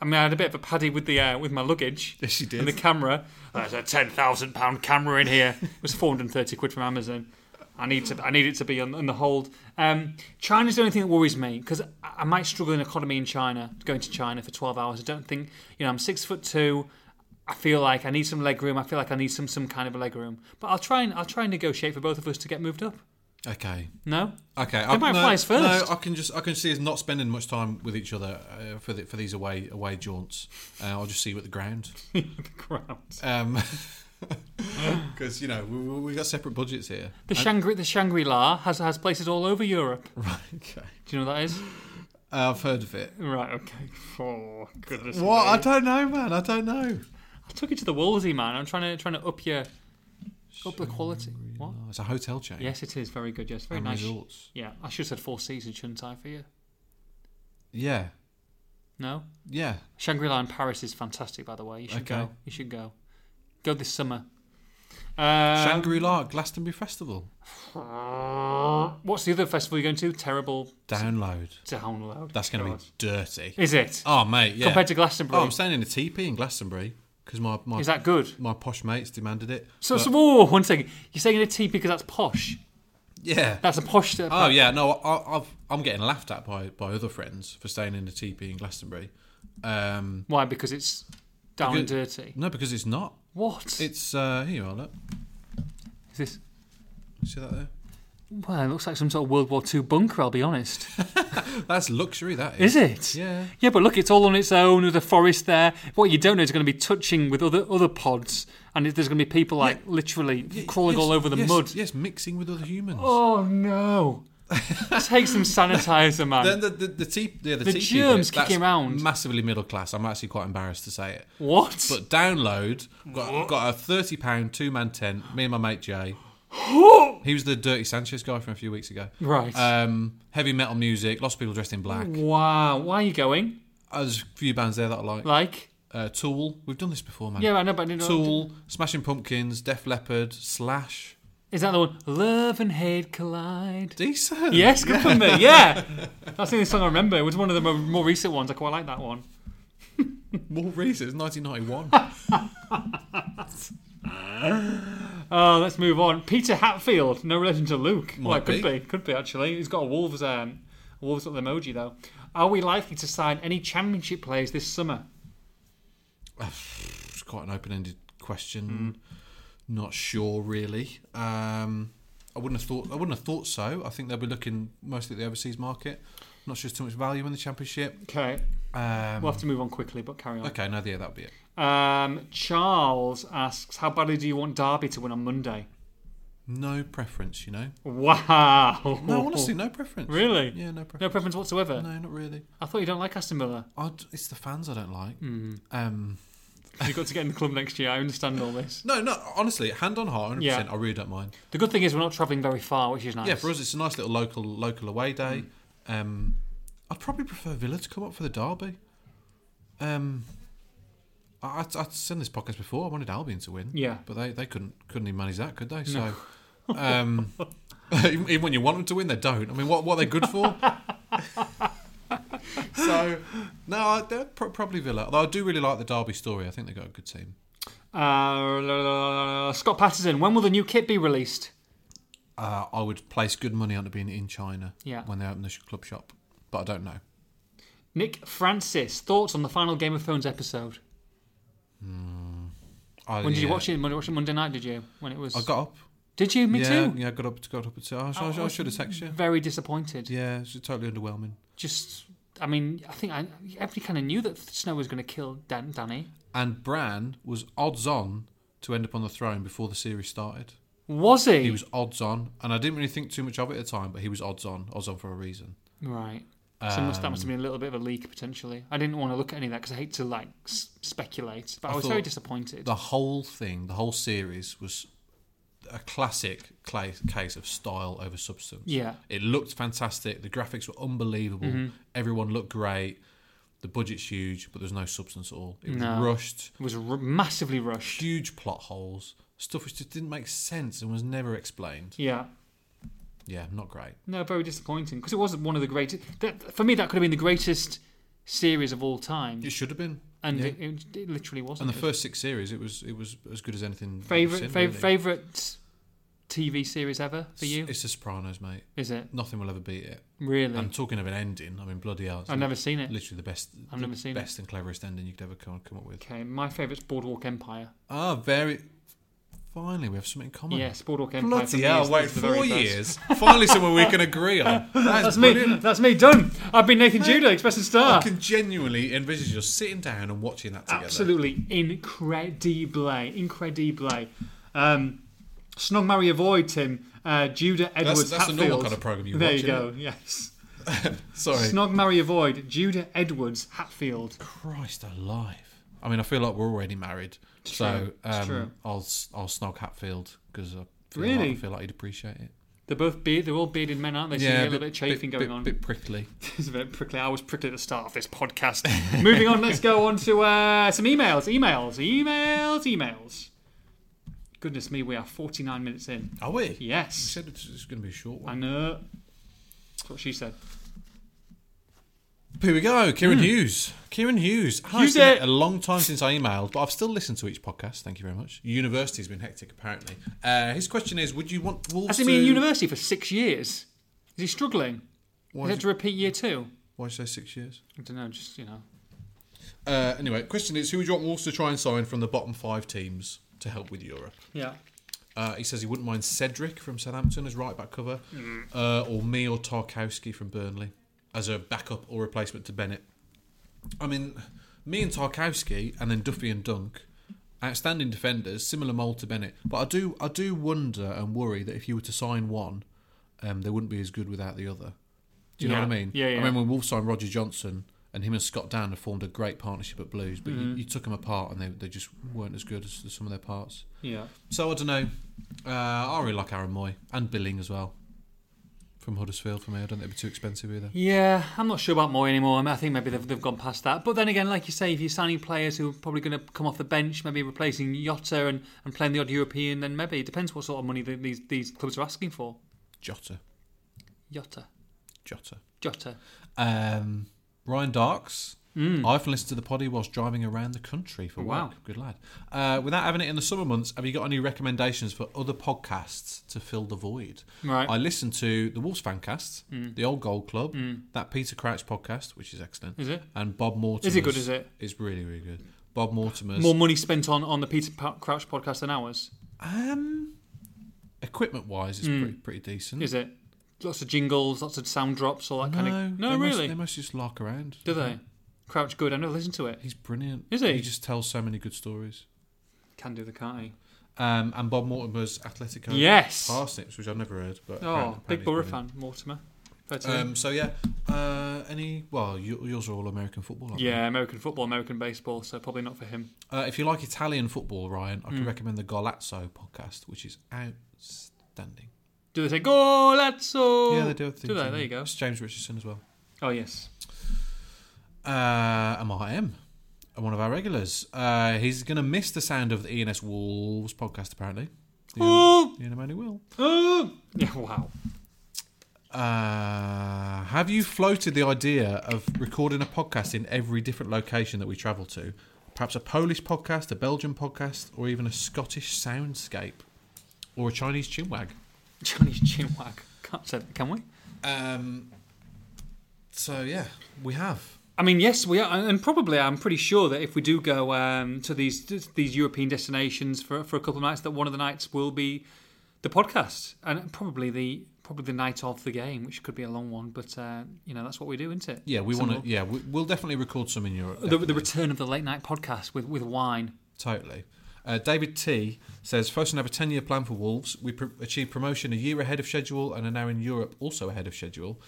I mean, I had a bit of a paddy with the uh, with my luggage.
Yes, you did.
And the camera. Oh, There's a ten thousand pound camera in here. It was four hundred and thirty quid from Amazon. I need to. I need it to be on, on the hold. Um, China's the only thing that worries me because I, I might struggle in economy in China. Going to China for twelve hours. I don't think you know. I'm six foot two. I feel like I need some leg room. I feel like I need some some kind of a leg room. But I'll try and I'll try and negotiate for both of us to get moved up.
Okay.
No.
Okay. They
might fly us first.
No, I can just I can see us not spending much time with each other uh, for the, for these away away jaunts. Uh, I'll just see you at the ground.
the ground.
Because you know we we we've got separate budgets here.
The Shangri the Shangri La has has places all over Europe.
Right. Okay.
Do you know what that is?
Uh, I've heard of it.
Right. Okay. For goodness.
What?
me.
I don't know, man. I don't know.
I took it to the Wolsey, man. I'm trying to trying to up your up the quality. What?
Oh, it's a hotel chain.
Yes, it is very good. Yes, very
And
nice.
resorts.
Yeah, I should have said Four Seasons, shouldn't I? For you?
Yeah.
No.
Yeah.
Shangri La in Paris is fantastic, by the way. You should
Okay.
go. You should go. Go this summer. Um,
Shangri La Glastonbury Festival.
Um, what's the other festival you're going to? Terrible
Download.
download.
That's going to
God.
be dirty.
Is it
Oh mate, yeah.
compared to Glastonbury?
oh, I'm staying in a teepee in Glastonbury because my my,
is that good?
my posh mates demanded it.
So,
But-
so whoa, whoa, whoa, one second. You're saying in a tea because that's posh.
yeah.
That's a posh.
Oh yeah, no, I, I've, I'm getting laughed at by, by other friends for staying in a teepee in Glastonbury. Um,
Why? Because it's down and
Because-
dirty.
No, because it's not.
What?
It's uh, here you are. Look,
Is this?
You see that there?
Well, it looks like some sort of World War II bunker. I'll be honest.
That's luxury. That
Is it?
is. Yeah.
Yeah, but look, it's all on its own with a forest there. What you don't know is going to be touching with other other pods, and there's going to be people like literally crawling
Yes,
all over the
yes,
mud.
Yes, mixing with other humans.
Oh no! Take some sanitizer, man.
Then the the the, tea, yeah, the,
The
tea
germs
bit, that's
kicking round.
Massively middle class. I'm actually quite embarrassed to say it.
what?
But download got got a thirty pound two man tent. Me and my mate Jay. he was the Dirty Sanchez guy from a few weeks ago.
right.
Um, heavy metal music. Lots of people dressed in black.
wow. Why are you going?
Uh, There's a few bands there that I like.
Like?
Uh, Tool. We've done this before, man.
Yeah, I know, but I didn't know-
Tool, Smashing Pumpkins, Def Leppard, Slash.
Is that the one? Love and hate collide.
Decent.
Yes, good for me. Yeah, that's the only song I remember. It was one of the more, more recent ones. I quite like that one.
More recent. It's 1991.
Uh, let's move on. Peter Hatfield, no relation to Luke. well, it
Might
could be.
be.
could be actually. He's got a Wolves, um, Wolves up the emoji though. Are we likely to sign any Championship players this summer?
it's quite an open-ended question. Not sure, really. Um, I wouldn't have thought. I wouldn't have thought so. I think they'll be looking mostly at the overseas market. Not sure there's too much value in the championship.
Okay,
Um,
we'll have to move on quickly, but carry on.
okay, no, yeah, that'll be it.
Um, Charles asks, "How badly do you want Derby to win on Monday?"
No preference, you know.
Wow.
No, honestly, no preference.
Really?
Yeah, no
No
preference.
preference whatsoever.
No, not really.
I thought you don't like Aston Villa.
i it's the fans I don't like.
Hmm.
Um,
You've got to get in the club next year. I understand all this.
no, no. Honestly, hand on heart, 100. percent
Yeah.
I really don't mind.
The good thing is we're not travelling very far, which is nice.
Yeah, for us, it's a nice little local local away day.
Mm.
Um, I'd probably prefer Villa to come up for the derby. Um, I, I, I'd said in this podcast before. I wanted Albion to win.
Yeah.
but they, they couldn't couldn't even manage that, could they? So, um, even even when you want them to win, they don't. I mean, what what are they good for? so, no, I- they're pro- probably Villa. Although I do really like the derby story. I think they have got a good team.
Uh, la- la- la- la- Scott Patterson, when will the new kit be released?
Uh, I would place good money on it being in China.
Yeah.
when they open the sh- club shop, but I don't know.
Nick Francis, thoughts on the final Game of Thrones episode?
I,
When did you
Oh, yeah.
watch it? When you watched it Monday night, did you? When it was?
I got up.
did you? Me
yeah,
too. Oh,
yeah, I got up. Got up at two. I, I, I, should have texted you.
Very disappointed.
Yeah, it's totally underwhelming.
Just, I mean, I think I, everybody kind of knew that Snow was going to kill Dan, Danny.
And Bran was odds on to end up on the throne before the series started.
Was he?
He was odds on, and I didn't really think too much of it at the time, but he was odds on, odds on for a reason.
right. So must, that must have
Um,
been a little bit of a leak potentially. I didn't want to look at any of that because I hate to like s- speculate, but I,
I
was very
thought
disappointed.
The whole thing, the whole series, was a classic cla- case of style over substance.
Yeah. Mm-hmm.
It looked fantastic. The graphics were unbelievable. Everyone looked great. The budget's huge, but there's no substance at all. It was
No.
rushed.
It was r- massively rushed.
huge plot holes, stuff which just didn't make sense and was never explained.
Yeah.
Yeah, not great.
No, very disappointing because it wasn't one of the greatest. That, for me, that could have been the greatest series of all time,
It should have been.
and
yeah.
it, it, it literally
and
wasn't.
the first six series, it was it was as good as anything. we've
favorite
seen,
fav-
really.
favorite TV series ever for you
It's The Sopranos, mate.
is it
Nothing will ever beat it.
really?
And talking of an ending, I mean, bloody hell! it's
I've never seen it.
Literally the best.
I've
the
never seen it.
Best and cleverest ending you could ever come come up with.
Okay, my favorite's Boardwalk Empire.
Ah, very. Finally, we have something in common.
Yes, Boardwalk Empire. for
Bloody
me
hell!
is-
Wait
is the
four
very best.
years. Finally, someone we can agree on. That is
That's me.
brilliant.
That's me. Done. I've been Nathan Judah, Expressing Star.
I can genuinely envisage us sitting down and watching that together.
Absolutely incredible, incredible. Um, Snog Marry Avoid, Tim. Uh, Judah Edwards
that's the
Hatfield.
normal kind of programme you
There
watch,
you go. Yes.
Sorry.
Snog Marry Avoid, Judah Edwards Hatfield.
Christ alive. I mean, I feel like we're already married. so
true. It's
um,
true.
I'll s- I'll snog Hatfield because I feel
Really?
like, I feel like he'd appreciate it.
They're both beard. They're all bearded men, aren't they? So you get a little bit of chafing going
bit,
on.
Bit prickly.
It's a bit prickly. I was prickly at the start of this podcast. Moving on, let's go on to uh, some emails. Emails. Emails. Emails. Goodness me, we are 49 minutes in.
Are we? You
Yes.
said it's, it's going to be a short
I
one.
know. That's what she said.
Here we go. Kieran Hughes. Kieran Hughes. Hi, it's
Hmm. Hughes it.
been a long time since I emailed, but I've still listened to each podcast. Thank you very much. University's been hectic, apparently. Uh, his question is: Would you want Wolves
Has he
to
been in university for six years? Is he struggling?
Why
Is
did
that to repeat year two?
Why did you say six years?
I don't know. Just you know,
Uh, anyway, question is who would you want Wolves to try and sign from the bottom five teams to help with Europe?
Yeah.
Uh, he says he wouldn't mind Cedric from Southampton as right back cover,
Mm.
uh, or me or Tarkowski from Burnley as a backup or replacement to Bennett. I mean, me and Tarkowski, and then Duffy and Dunk, outstanding defenders, similar mould to Bennett. But I do, I do wonder and worry that if you were to sign one, um, they wouldn't be as good without the other. Do you know
Yeah.
what I mean?
Yeah, yeah.
I remember when Wolves signed Roger Johnson, and him and Scott Dan had formed a great partnership at Blues, but
Mm-hmm.
you, you took them apart, and they they just weren't as good as some of their parts.
Yeah.
So I don't know. Uh, I really like Aaron Moy and Billing as well from Huddersfield. For me, I don't think it'd be too expensive either.
Yeah, I'm not sure about Moy anymore. I, mean, I think maybe they've, they've gone past that. But then again, like you say, if you're signing players who are probably going to come off the bench, maybe replacing Yotta and, and playing the odd European, then maybe it depends what sort of money that these these clubs are asking for.
Jota,
Yotta,
Jota.
Jota.
Um, Ryan Darks. I often listen to the poddy whilst driving around the country for
Mm. Wow.
work. Good lad. Uh, without having it in the summer months, have you got any recommendations for other podcasts to fill the void?
Right. Mm.
I listen to the Wolves Fancast, the Old Gold Club, that Peter Crouch podcast, which is excellent.
Is it?
And Bob Mortimer.
Is it good, is it?
It's really, really good. Bob Mortimer's.
More money spent on, on the Peter Pa- Crouch podcast than ours,
Um, equipment wise, it's pretty, pretty decent.
Hmm. is it? Lots of jingles, lots of sound drops, all that
Hmm. no,
kind of.
they
No,
must-
really.
they must just lark around.
Do they? Crouch good. I never listened to it.
He's brilliant.
Is he?
He just tells so many good stories.
Can do the can't he?
Um, and Bob Mortimer's Atletico
Yes.
Parsnips, which I've never heard, but apparently-
Oh, big
apparently
Borough
he's brilliant.
fan, Mortimer. Fair to him.
Um, so yeah, uh, any well, you, yours are all American football. Aren't
yeah, American football, American baseball, so probably not for him.
they? Uh, if you like Italian football, Ryan, I
Hmm.
can recommend the Golazzo podcast, which is outstanding.
Do they say Golazzo?
yeah, they do. have
Do
things
they?
in
There you go.
It's James Richardson as well.
Oh yes.
Uh, MRM, one of our regulars. Uh, he's going to miss the sound of the ENS Wolves podcast, apparently. Ian,
Oh,
Ian Amani will.
oh. Yeah. Wow.
Uh, have you floated the idea of recording a podcast in every different location that we travel to? Perhaps a Polish podcast, a Belgian podcast, or even a Scottish soundscape, or a Chinese chinwag.
Chinese chinwag. Can't say that, can we?
Um, so yeah, we have.
I mean, yes, we are, and probably I'm pretty sure that if we do go um, to these these European destinations for for a couple of nights, that one of the nights will be the podcast, and probably the probably the night of the game, which could be a long one, but uh, you know that's what we do, isn't it?
Yeah, we
Some
want
of-
to. Yeah, we, we'll definitely record some in Europe.
The, the return of the late night podcast with, with wine.
Totally. Uh, David T says, Fosun have a 10 year plan for Wolves. We pr- achieved promotion a year ahead of schedule and are now in Europe also ahead of schedule.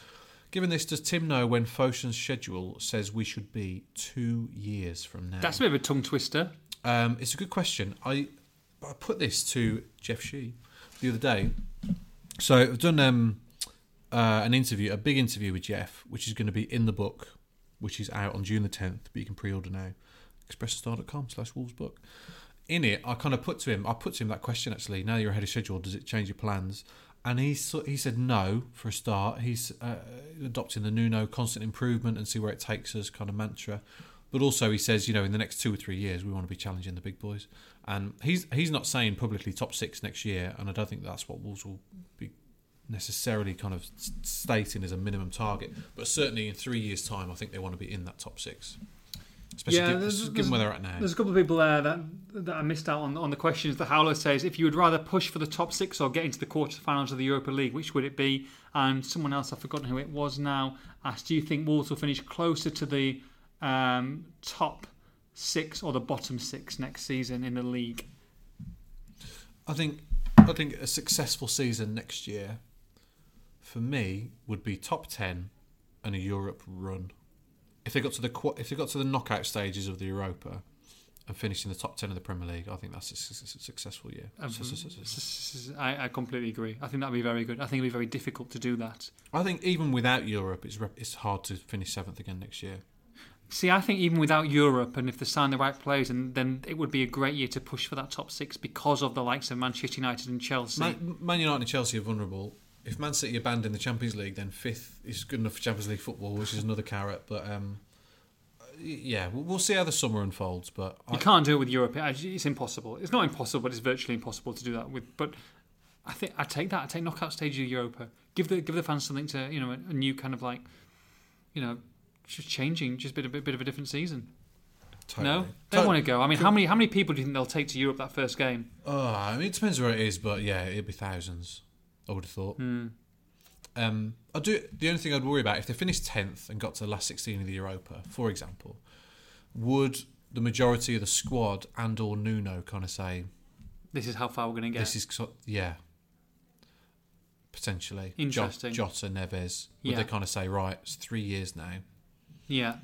Given this, does Tim know when Fosun's schedule says we should be two years from now?
That's a bit of a tongue twister.
Um, it's a good question. I I put this to Jeff Shee the other day. So I've done um, uh, an interview, a big interview with Jeff, which is going to be in the book, which is out on June the 10th, but you can pre-order now. Expressstar.com slash Wolves book. In it, I kind of put to him, I put to him that question actually. Now you're ahead of schedule, does it change your plans? And he so- he said no for a start. He's uh, adopting the Nuno constant improvement and see where it takes us kind of mantra. But also he says, you know, in the next two or three years, we want to be challenging the big boys. And he's he's not saying publicly top six next year, and I don't think that's what Wolves will be necessarily kind of s- stating as a minimum target. But certainly in three years' time, I think they want to be in that top six, especially
Yeah,
given,
there's-
given
there's-
where they're at now.
There's a couple of people there that that I missed out on on the questions. The Howler says, if you would rather push for the top six or get into the quarterfinals of the Europa League, which would it be? And someone else, I've forgotten who it was now, asked, do you think Wolves will finish closer to the um, top six or the bottom six next season in the league?
I think I think a successful season next year for me would be top ten and a Europe run. If they got to the qua- if they got to the knockout stages of the Europa and finished in the top ten of the Premier League, I think that's a, su- su- successful year. Su- su- su- su-
I, I completely agree. I think that'd be very good. I think it'd be very difficult to do that.
I think even without Europe, it's rep- it's hard to finish seventh again next year.
See, I think even without Europe, and if they sign the right players, and then it would be a great year to push for that top six because of the likes of Manchester United and Chelsea.
Man, Man United and Chelsea are vulnerable. If Man City abandon the Champions League, then fifth is good enough for Champions League football, which is another carrot. But um, yeah, we'll, we'll see how the summer unfolds. But I,
You can't do it with Europe. It- It's impossible. It's not impossible, but it's virtually impossible to do that with. But I think I take that. I take knockout stage of Europa. Give the give the fans something to you know a, a new kind of like, you know, just changing, just a bit a bit, bit of a different season.
Totally.
No, they want to go. I mean, how many how many people do you think they'll take to Europe that first game?
Oh, I mean, it depends where it is, but yeah, it'd be thousands. I would have thought.
Hmm.
Um, I do. The only thing I'd worry about if they finished tenth and got to the last sixteen of the Europa, for example, would the majority of the squad and or Nuno kind of say,
This is how far we're going to get.
"This is so- yeah." Potentially, Jo-
Interesting.
Jota, Neves. Would
Yeah.
they kind of say, right? It's three years now.
yeah,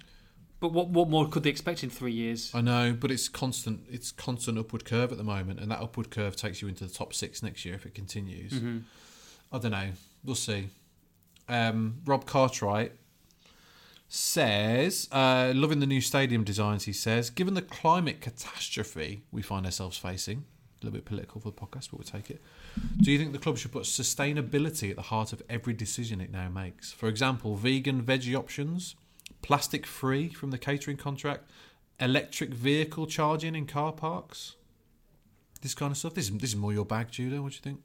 but what what more could they expect in three years?
I know, but it's constant. It's constant upward curve at the moment, and that upward curve takes you into the top six next year if it continues. I don't know. We'll see. Um, Rob Cartwright says, uh, "Loving the new stadium designs." He says, "Given the climate catastrophe we find ourselves facing, a little bit political for the podcast, but we'll take it. Do you think the club should put sustainability at the heart of every decision it now makes? For example, vegan veggie options, plastic free from the catering contract, electric vehicle charging in car parks." This kind of stuff. This is, this is more your bag, Judah. What do you think?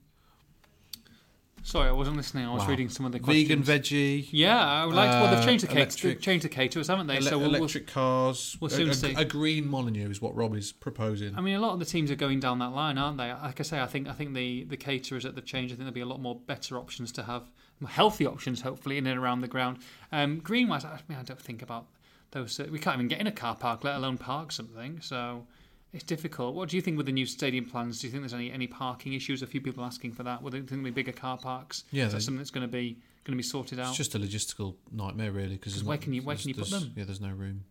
Sorry, I wasn't listening. I was
Wow.
reading some of the questions.
Vegan, veggie,
Yeah, I would like. To, well, they've
Uh,
changed the cake.
electric-
They've changed the caterers, haven't they?
ele-
so we'll, we'll-
electric cars.
we'll
a-
soon
a,
see.
a green Molyneux is what Rob is proposing.
I mean, a lot of the teams are going down that line, aren't they? Like I say, I think I think the the caterers that they've changed. I think there'll be a lot more better options to have, healthy options, hopefully, in and around the ground. Um, green wise, I mean, I don't think about those. Uh, we can't even get in a car park, let alone park something. So. It's difficult. What do you think with the new stadium plans? Do you think there's any, any parking issues? A few people asking for that. Will they think there'll be bigger car parks?
Yeah,
is that
they-
something that's going to be going to be sorted out?
It's just a logistical nightmare, really, because
where can you- where can you put them?
Yeah, there's no room.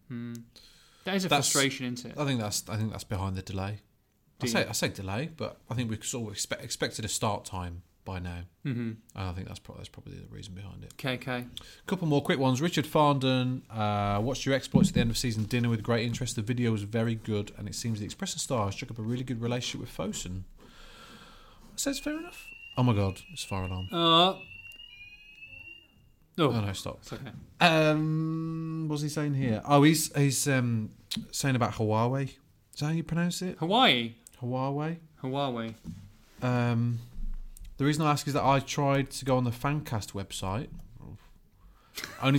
that is a
that's-
frustration, isn't it?
I think that's I think that's behind the delay. I
Do
say
you?
I say delay, but I think we sort of expect, expected a start time by now, mm-hmm. and I think that's probably that's probably the reason behind it.
KK.
couple more quick ones. Richard Farndon uh, watched your exploits at the end of season dinner with great interest. The video was very good, and it seems the Express and Star has struck up a really good relationship with Fosun. So it's fair enough. Oh my god, it's fire alarm.
Uh,
Oh
oh,
no, stop.
it's okay.
Um, what's he saying here? Oh, he's he's um, saying about Huawei. Is that how you pronounce it?
Hawaii.
Huawei.
Huawei.
Um, the reason I ask is that I tried to go on the Fancast website, only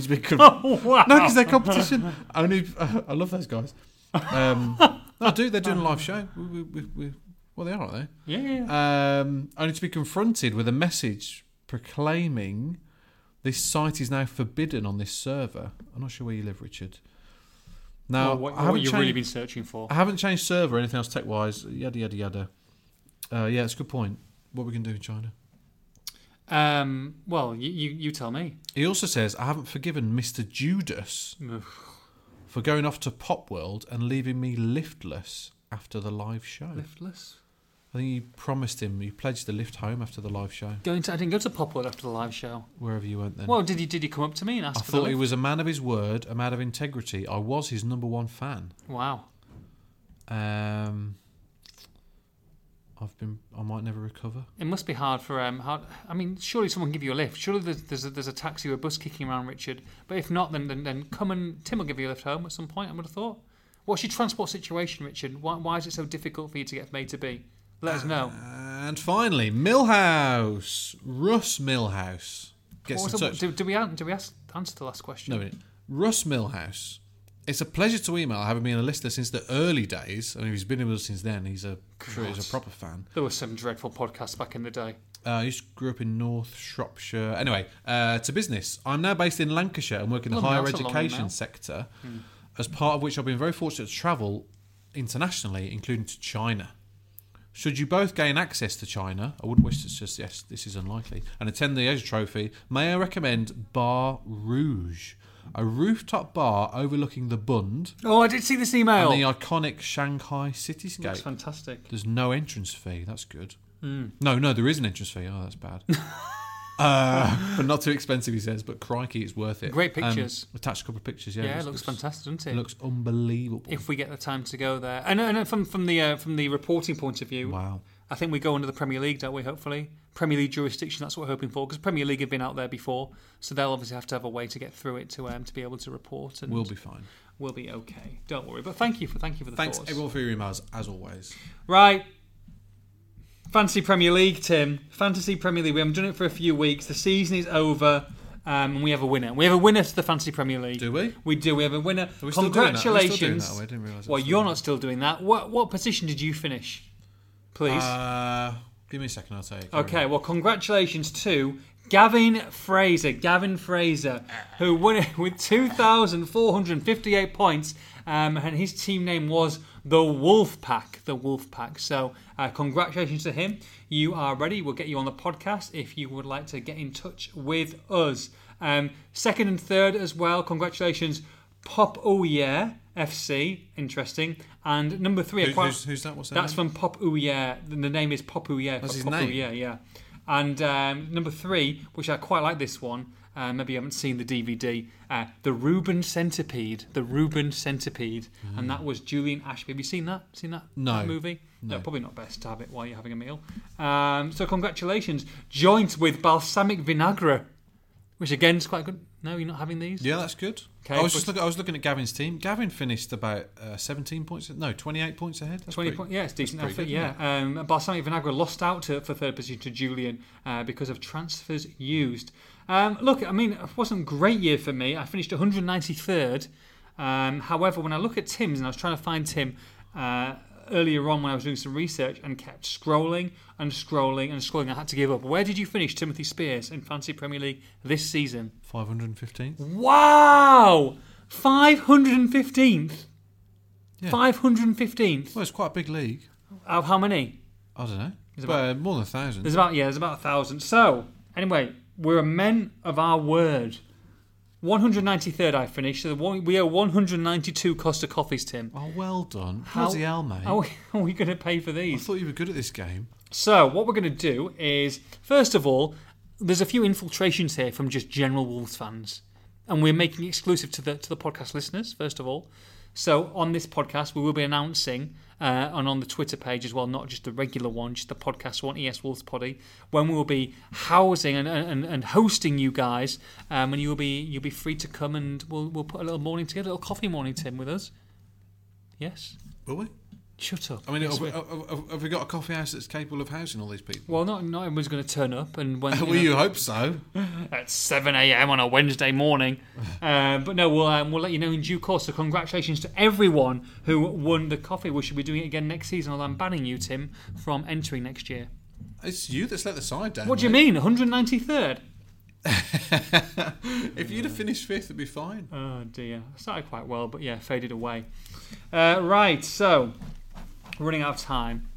to be con-
Oh, wow.
no, because they're competition. only I love those guys. Um, no, I do. They're doing a live show. We, we, we, we, well, they are, aren't they?
Yeah, yeah, yeah.
um, only to be confronted with a message proclaiming this site is now forbidden on this server. I'm not sure where you live, Richard. Now,
Or what,
I,
or
haven't
what you've
changed,
really been searching for.
I haven't changed server or anything else tech wise. Yada, yada, yada. Uh, yeah, it's a good point. What we can do in China.
Um, well, you, you, you tell me.
He also says, I haven't forgiven Mr. Judas for going off to Pop World and leaving me liftless after the live show.
Liftless.
I think you promised him, you pledged the lift home after the live show,
Going to, I didn't go to Popwood after the live show.
wherever you went then.
Well, did he did he come up to me and ask
I
for
thought
the
he
lift?
was a man of his word, a man of integrity. I was his number one fan.
Wow.
Um, I've been. I might never recover.
It must be hard for um. Hard, I mean, surely someone can give you a lift. Surely there's there's a, there's a taxi or a bus kicking around, Richard. But if not, then, then then come and Tim will give you a lift home at some point. I would have thought. What's your transport situation, Richard? Why, why is it so difficult for you to get from A to B? Let us know.
And finally, Millhouse, Russ Millhouse gets
What was
in
the-
touch.
do, do we an- do we ask, answer the last question?
No, minute. Russ Millhouse. It's a pleasure to email, having been a listener since the early days. I mean, he's been with us since then. He's a sure he's a proper fan.
There were some dreadful podcasts back in the day.
Uh, he just grew up in North Shropshire. Anyway, uh, to business. I'm now based in Lancashire and work in the
Blimey,
higher
that's a long Hmm.
education
email.
sector, as part of which I've been very fortunate to travel internationally, including to China. Should you both gain access to China, I wouldn't wish to suggest this is unlikely, and attend the Asia Trophy, may I recommend Bar Rouge, a rooftop bar overlooking the Bund
Oh, I did see this email.
and the iconic Shanghai
That's
cityscape.
fantastic.
There's no entrance fee. That's good.
Hmm.
No, no, there is an entrance fee. Oh, that's bad. uh, but not too expensive, he says. But crikey, it's worth it.
Great
Um,
pictures.
attached a couple of pictures. Yeah,
Yeah, it looks fantastic, doesn't
It
it?
looks unbelievable.
If we get the time to go there, and, and from from the uh, from the reporting point of view,
wow.
I think we go under the Premier League, don't we? Hopefully, Premier League jurisdiction. That's what we're hoping for because Premier League have been out there before, so they'll obviously have to have a way to get through it to um, to be able to report. And
We'll be fine.
we'll be okay. Don't worry. But thank you for thank you for the
Thanks
thoughts.
everyone for your emails, as always.
Right. Fancy Premier League, Tim. Fantasy Premier League. We haven't done it for a few weeks. The season is over. Um, and we have a winner. We have a winner to the Fantasy Premier League.
Do we?
We do. We have a winner.
we still doing that? Are we still doing
Congratulations.
that? I didn't realise it
well,
was
you're
still-
not still doing that. What what position did you finish? Please.
Uh, give me a second, I'll tell you.
Okay, well, congratulations to Gavin Fraser. Gavin Fraser, who won it with 2,458 points, um, and his team name was the Wolf Pack. The Wolf Pack. So, uh, congratulations to him. You are ready. We'll get you on the podcast if you would like to get in touch with us. Um, second and third as well. Congratulations, Pop Oh Yeah FC. Interesting. And number three,
Who-
acquired-
who's- who's that? What's their
That's
name?
from Pop Ooh Yeah. The the name is Pop Ooh Yeah.
That's his
Pop
name?
Ooh Yeah, yeah. And um, number three, which I quite like this one. Uh, maybe you haven't seen the DVD. Uh, the Reuben Centipede. The Reuben Centipede. And that was Julian Ashby. Have you seen that? Seen that,
Mm. No.
that movie? No. Probably not best to have it while you're having a meal. Um, so congratulations. Joint with balsamic vinaigrette, which again is quite good. No, you're not having these.
Yeah, that's good.
Okay,
I was
but-
just looking. I was looking at Gavin's team. Gavin finished about uh, 17 points. No, 28 points ahead. That's
Twenty
pretty-
point, yeah, it's decent
pretty
effort.
good,
Yeah,
isn't
um, Balsamic Vinagre lost out to, for third position to Julian uh, because of transfers used. Um, look, I mean, it wasn't a great year for me. I finished 193rd. Um, however, when I look at Tim's, and I was trying to find Tim uh, earlier on when I was doing some research, and kept scrolling and scrolling and scrolling, I had to give up. Where did you finish, Timothy Spears, in Fantasy Premier League this season?
515.
Wow, 515th.
Yeah.
515th.
Well, it's quite a big league.
Out of how many?
I don't know.
It's
Well, more than a thousand.
There's about yeah, there's about a thousand. So anyway, we're a men of our word. 193rd I finished. So the one- we are 192 Costa coffees, Tim.
Oh, well done.
How-
Bloody hell, mate.
How are we going to pay for
I
these?
thought you were good at this game.
So what we're going to do is, first of all, there's a few infiltrations here from just general Wolves fans, and we're making it exclusive to the to the podcast listeners. First of all, so on this podcast we will be announcing, uh, and on the Twitter page as well, not just the regular one, just the podcast one, ES Wolves Poddy, when we will be housing and, and, and hosting you guys, um, and you'll be you'll be free to come and we'll we'll put a little morning together, a little coffee morning, Tim, with us. Yes,
Will we?
shut up.
I mean,
Yes,
have,
we-
have- have- have we got a coffee house that's capable of housing all these people?
well, not not everyone's going to turn up, and when
well,
know-
you hope so.
at 7 a.m. on a Wednesday morning. Uh, but no, we'll, um, we'll let you know in due course. So, congratulations to everyone who won the coffee. We should be doing it again next season, although I'm banning you, Tim, from entering next year.
It's you that's let the side down.
What do you mean, 193rd?
mean? If you'd have finished fifth, it'd be fine.
Oh dear, I started quite well, but yeah, faded away. Uh, right, so running out of time.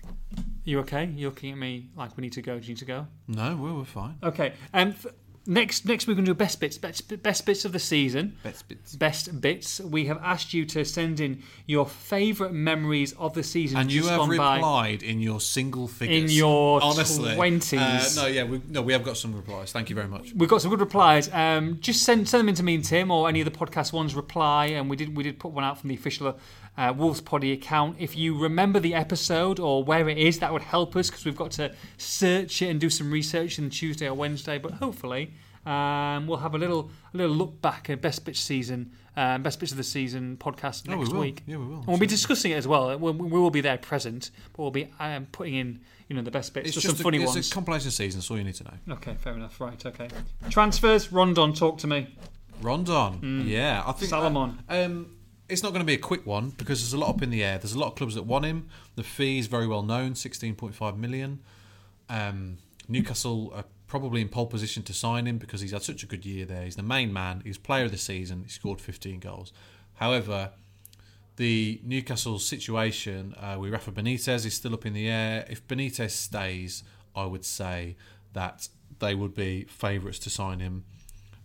You okay? You're looking at me like we need to go. Do you need to go?
No, well, we're fine.
Okay. Um, f- next, next we're going to do best bits, best, best bits of the season.
Best bits.
best bits. We have asked you to send in your favourite memories of the season
And you
just
have
gone by.
replied in your single figures.
your
honestly
20s.
Uh, no, yeah, we, no, we have got some replies. Thank you very much.
We've got some good replies. Um, just send send them in to me and Tim or any of the podcast ones. Reply, and we did we did put one out from the official uh, Wolves Poddy account. If you remember the episode or where it is, that would help us because we've got to search it and do some research on Tuesday or Wednesday. But hopefully, um, we'll have a little a little look back at best bits season, uh, best bits of the season podcast
Oh, we
next
will.
week.
Yeah, we will.
And we'll be discussing it as well. We, we will be there present, but we'll be um, putting in you know the best bits,
It's
just
just
some
a,
funny
it's
ones.
a compilation season, that's all you need to know.
Okay, fair enough. Right, okay. Transfers, Rondon, talk to me.
Rondon. Yeah, I think
Salomon.
um, it's not going to be a quick one because there's a lot up in the air. There's a lot of clubs that want him. The fee is very well known, sixteen point five million. Um, Newcastle are probably in pole position to sign him because he's had such a good year there. He's the main man. He's player of the season. He scored fifteen goals. However, the Newcastle situation uh, with Rafa Benitez is still up in the air. If Benitez stays, I would say that they would be favourites to sign him,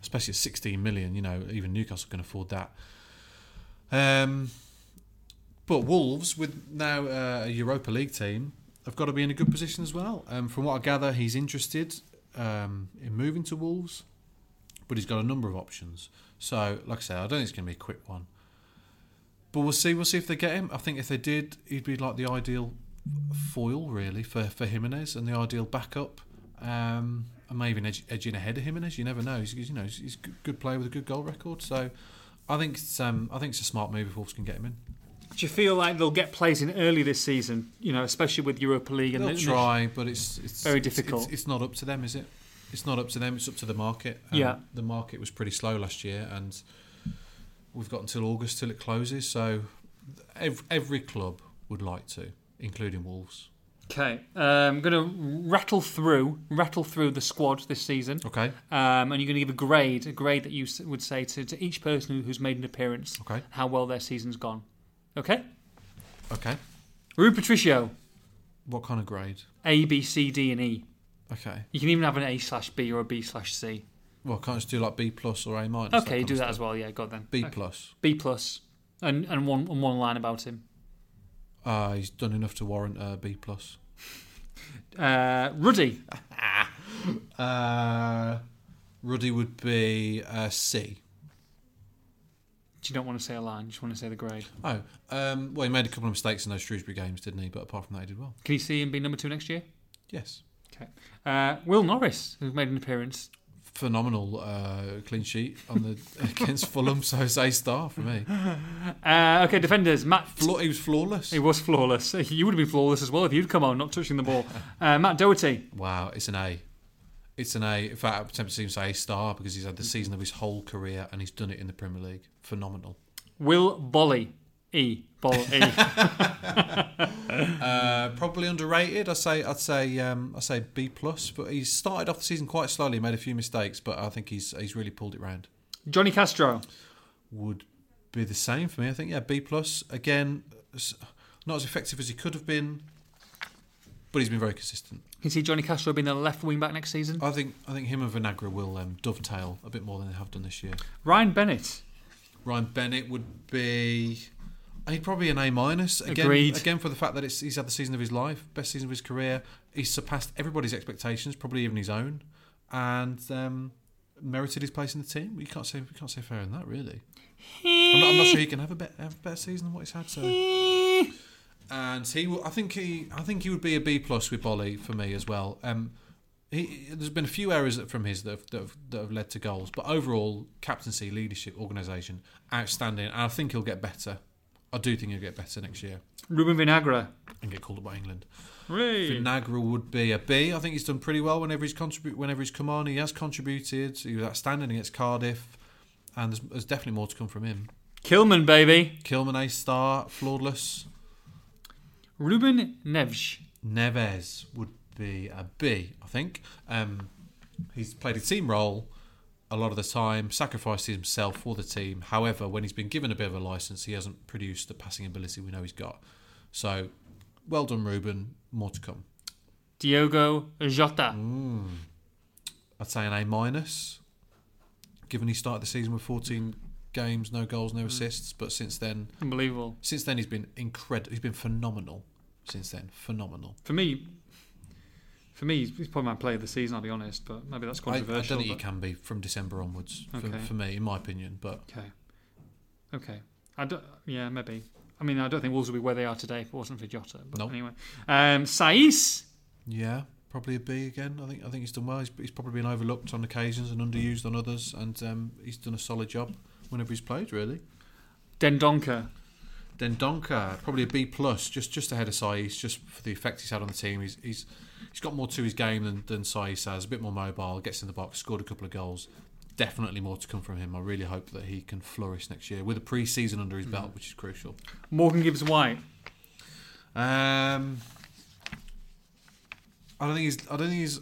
especially at 16 million. You know, even Newcastle can afford that. Um, but Wolves, with now uh, a Europa League team, have got to be in a good position as well. Um, from what I gather, he's interested um, in moving to Wolves, but he's got a number of options. So, like I say, I don't think it's going to be a quick one. But we'll see. We'll see if they get him. I think if they did, he'd be like the ideal foil, really, for for Jimenez and the ideal backup. Um, and maybe an edge, edging ahead of Jimenez. You never know. He's he's, you know he's, he's a good- good player with a good goal record. So I think it's um, I think it's a smart move if Wolves can get him in.
Do you feel like they'll get plays in early this season? You know, especially with Europa League and
They'll
the-
try, but it's it's
Very
it's-
difficult.
It's, it's not up to them, is it? it's not up to them. It's up to the market. Um,
Yeah.
the market was pretty slow last year, and we've got until August till it closes. So every, every club would like to, including Wolves.
Okay, um, I'm going to rattle through, rattle through the squad this season,
Okay,
um, and you're going to give a grade, a grade that you s- would say to, to each person who- who's made an appearance,
okay,
how well their season's gone. Okay,
okay.
Rui Patricio,
What kind of grade?
A, B, C, D, and E.
Okay.
You can even have an A slash B or a B slash C.
Well, can't I just do like B plus or A minus?
Okay,
kind
do
of
that
stuff?
as well. Yeah, got then.
B
Okay.
plus.
B plus, and and one and one line about him.
Uh, he's done enough to warrant a B plus.
Uh, Ruddy,
Uh, Ruddy would be uh, C.
you don't want to say a line, you just want to say the grade.
Oh, um, well, he made a couple of mistakes in those Shrewsbury games, didn't he? But apart from that, he did well.
Can you see him be number two next year?
Yes.
Okay. Uh, Will Norris, who's made an appearance.
Phenomenal uh, clean sheet on the against Fulham, so it's A star for me.
Uh, okay, defenders. Matt.
Fla- he was flawless.
he was flawless. You would have been flawless as well if you'd come on, not touching the ball. Uh, Matt Doherty.
Wow, it's an A. It's an A. In fact, I'm tempted to see him say A star because he's had the season of his whole career and he's done it in the Premier League. Phenomenal.
Will Bolly. E. Boll E.
Uh, probably underrated. I say I'd say um, I say B plus, but he's started off the season quite slowly, made a few mistakes, but I think he's he's really pulled it round.
Johnny Castro.
Would be the same for me. I think yeah, B plus again, s- not as effective as he could have been, but he's been very consistent.
Can you see Johnny Castro being the left wing back next season?
I think I think him and Vinagra will um, dovetail a bit more than they have done this year.
Ryan Bennett.
Ryan Bennett would be. uh, He'd probably an A minus again.
Agreed.
Again for the fact that it's, he's had the season of his life, best season of his career. He's surpassed everybody's expectations, probably even his own, and um, merited his place in the team. You can't say we can't say fairer than that, really. I'm not, I'm not sure he can have a, bet, have a better season than what he's had. So, and he, will- I think he, I think he would be a B plus with Bolly for me as well. Um, he, there's been a few errors that- from his that have, that, have, that have led to goals, but overall, captaincy, leadership, organisation, outstanding. And I think he'll get better. I do think he'll get better next year
Ruben Vinagra.
and get called up by England. Vinagra would be a B. I think he's done pretty well whenever he's contribute. Whenever he's come on, he has contributed. He was outstanding against Cardiff, and there's, there's definitely more to come from him.
Kilman, baby.
Kilman A star, flawless.
Ruben Neves.
Neves would be a B, I think. Um, he's played a team role a lot of the time, sacrificed himself for the team. However, when he's been given a bit of a license, he hasn't produced the passing ability we know he's got. So, well done, Ruben. More to come.
Diogo Jota.
I'd say an A minus, given he started the season with 14 games, no goals,
Mm.
no assists. But since then,
Unbelievable.
since then he's been incredible. He's been phenomenal. Since then, phenomenal.
For me, for me, he's probably my player of the season. I'll be honest, but maybe that's
I, I
controversial.
don't think he
but-
can be from December onwards for,
Okay.
for me, in my opinion. But
Okay. Okay. I don't, yeah, maybe. I mean, I don't think Wolves would be where they are today if it wasn't for Jota. But
Nope.
anyway. Um, Saiz.
Yeah, probably a B again. I think I think he's done well. He's, he's probably been overlooked on occasions and underused on others, and um, he's done a solid job whenever he's played. Really.
Dendonka.
Then Donka, probably a B plus, just just ahead of Saiz, just for the effect he's had on the team. He's he's he's got more to his game than than Saiz has. A bit more mobile, gets in the box, scored a couple of goals. Definitely more to come from him. I really hope that he can flourish next year with a pre-season under his belt, which is crucial.
Morgan Gibbs White.
Um, I don't think he's. I don't think he's.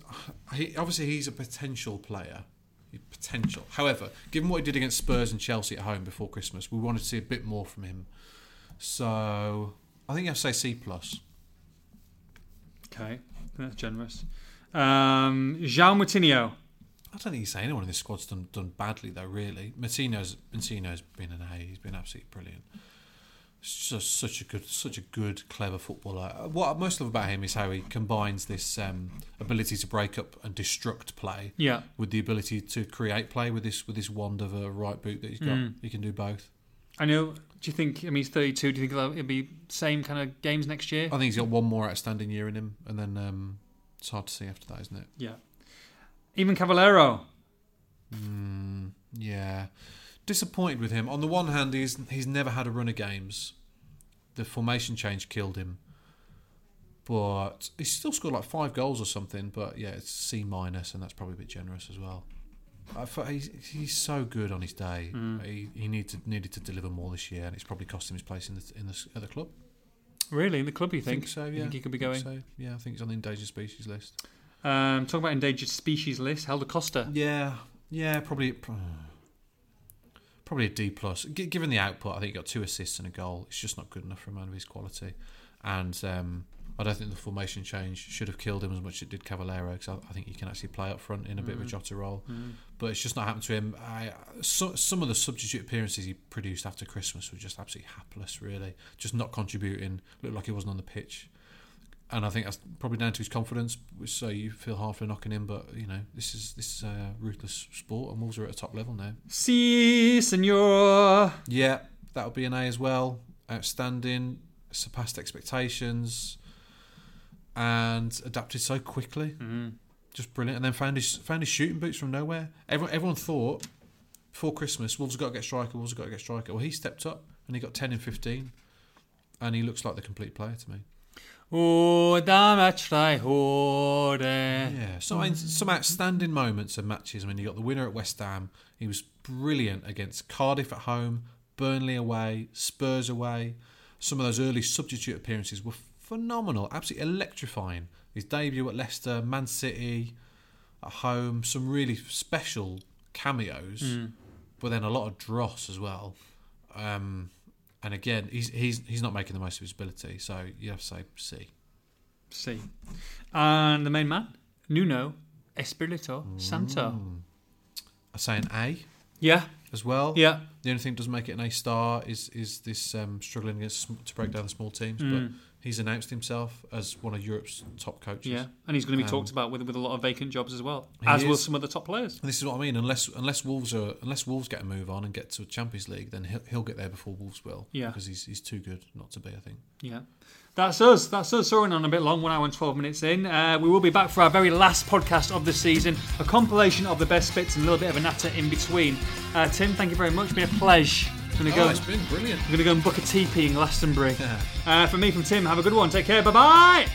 He, obviously, he's a potential player. He- Potential. However, given what he did against Spurs and Chelsea at home before Christmas, we wanted to see a bit more from him. So I think I say C plus.
Okay. That's generous. Um, Jean Moutinho.
I don't think you say anyone in this squad's done done badly though. Really, Martino's Martino's been an A. He's been absolutely brilliant. Just such a good, such a good, clever footballer. Uh, What I most love about him is how he combines this um, ability to break up and destruct play
Yeah.
with the ability to create play with this with this wand of a right boot that he's got. He can do both.
I know. Do you think, I mean, he's 32. Do you think it'll, it'll be same kind of games next year?
I think he's got one more outstanding year in him, and then um, it's hard to see after that, isn't it?
yeah. Even Cavallero.
Yeah, disappointed with him. On the one hand, he's he's never had a run of games. The formation change killed him. But he still scored like five goals or something. But yeah, it's C minus, and that's probably a bit generous as well. I thought he's, he's so good on his day.
Mm.
He, he needed needed to deliver more this year, and it's probably cost him his place in the in the at the club.
Really, in the club, you
I
think?
think so. Yeah,
You think he could be
I
going?
think so. Yeah, I think he's on the endangered species list.
Um, talking about endangered species list, Helder Costa.
Yeah, yeah, probably probably a D plus. G- given the output, I think he got two assists and a goal. It's just not good enough for a man of his quality, and um, I don't think the formation change should have killed him as much as it did Cavallero because I, I think he can actually play up front in a bit of a Jota role, but it's just not happened to him. I, so, some of the substitute appearances he produced after Christmas were just absolutely hapless. Really, just not contributing. Looked like he wasn't on the pitch. and I think that's probably down to his confidence. which- So you feel half for knocking him, but you know this is this is a ruthless sport, and Wolves are at a top level now.
Si, senor.
Yeah, that would be an A as well. Outstanding, surpassed expectations, and adapted so quickly. Mm. Just brilliant. And then found his found his shooting boots from nowhere. Everyone everyone thought before Christmas, Wolves have got to get striker. Wolves have got to get striker. Well, he stepped up and he got ten and fifteen, and he looks like the complete player to me.
Oh, dame horde.
Yeah, some some outstanding moments and matches. I mean, you got the winner at West Ham. He was brilliant against Cardiff at home, Burnley away, Spurs away. Some of those early substitute appearances were phenomenal, absolutely electrifying. His debut at Leicester, Man City, at home, some really special cameos, but then a lot of dross as well. Um, and again, he's he's he's not making the most of his ability, so you have to say C.
Si. And the main man, Nuno Espirito
Mm.
Santo.
I say an A
Yeah,
as well.
yeah.
The only thing that doesn't make it an A star is is this um, struggling against, sm- to break down the small teams.
Mm.
But he's announced himself as one of Europe's top coaches.
Yeah, and he's going to be talked about with, with a lot of vacant jobs as well,
um,
as
He
will
is.
some of the top players.
And this is what I mean. Unless unless Wolves are unless Wolves get a move on and get to a Champions League, then he'll, he'll get there before Wolves will.
Yeah.
because he's he's too good not to be. I think.
Yeah. That's us. That's us. Soaring on a bit long, one hour and 12 minutes in. Uh, we will be back for our very last podcast of the season, a compilation of the best bits and a little bit of a natter in between. Uh, Tim, thank you very much. Been a pleasure. Gonna go.
been brilliant.
I'm going to go and book a teepee in Glastonbury.
Oh, Yeah.
Uh, for me, from Tim, have a good one. Take care. Bye bye.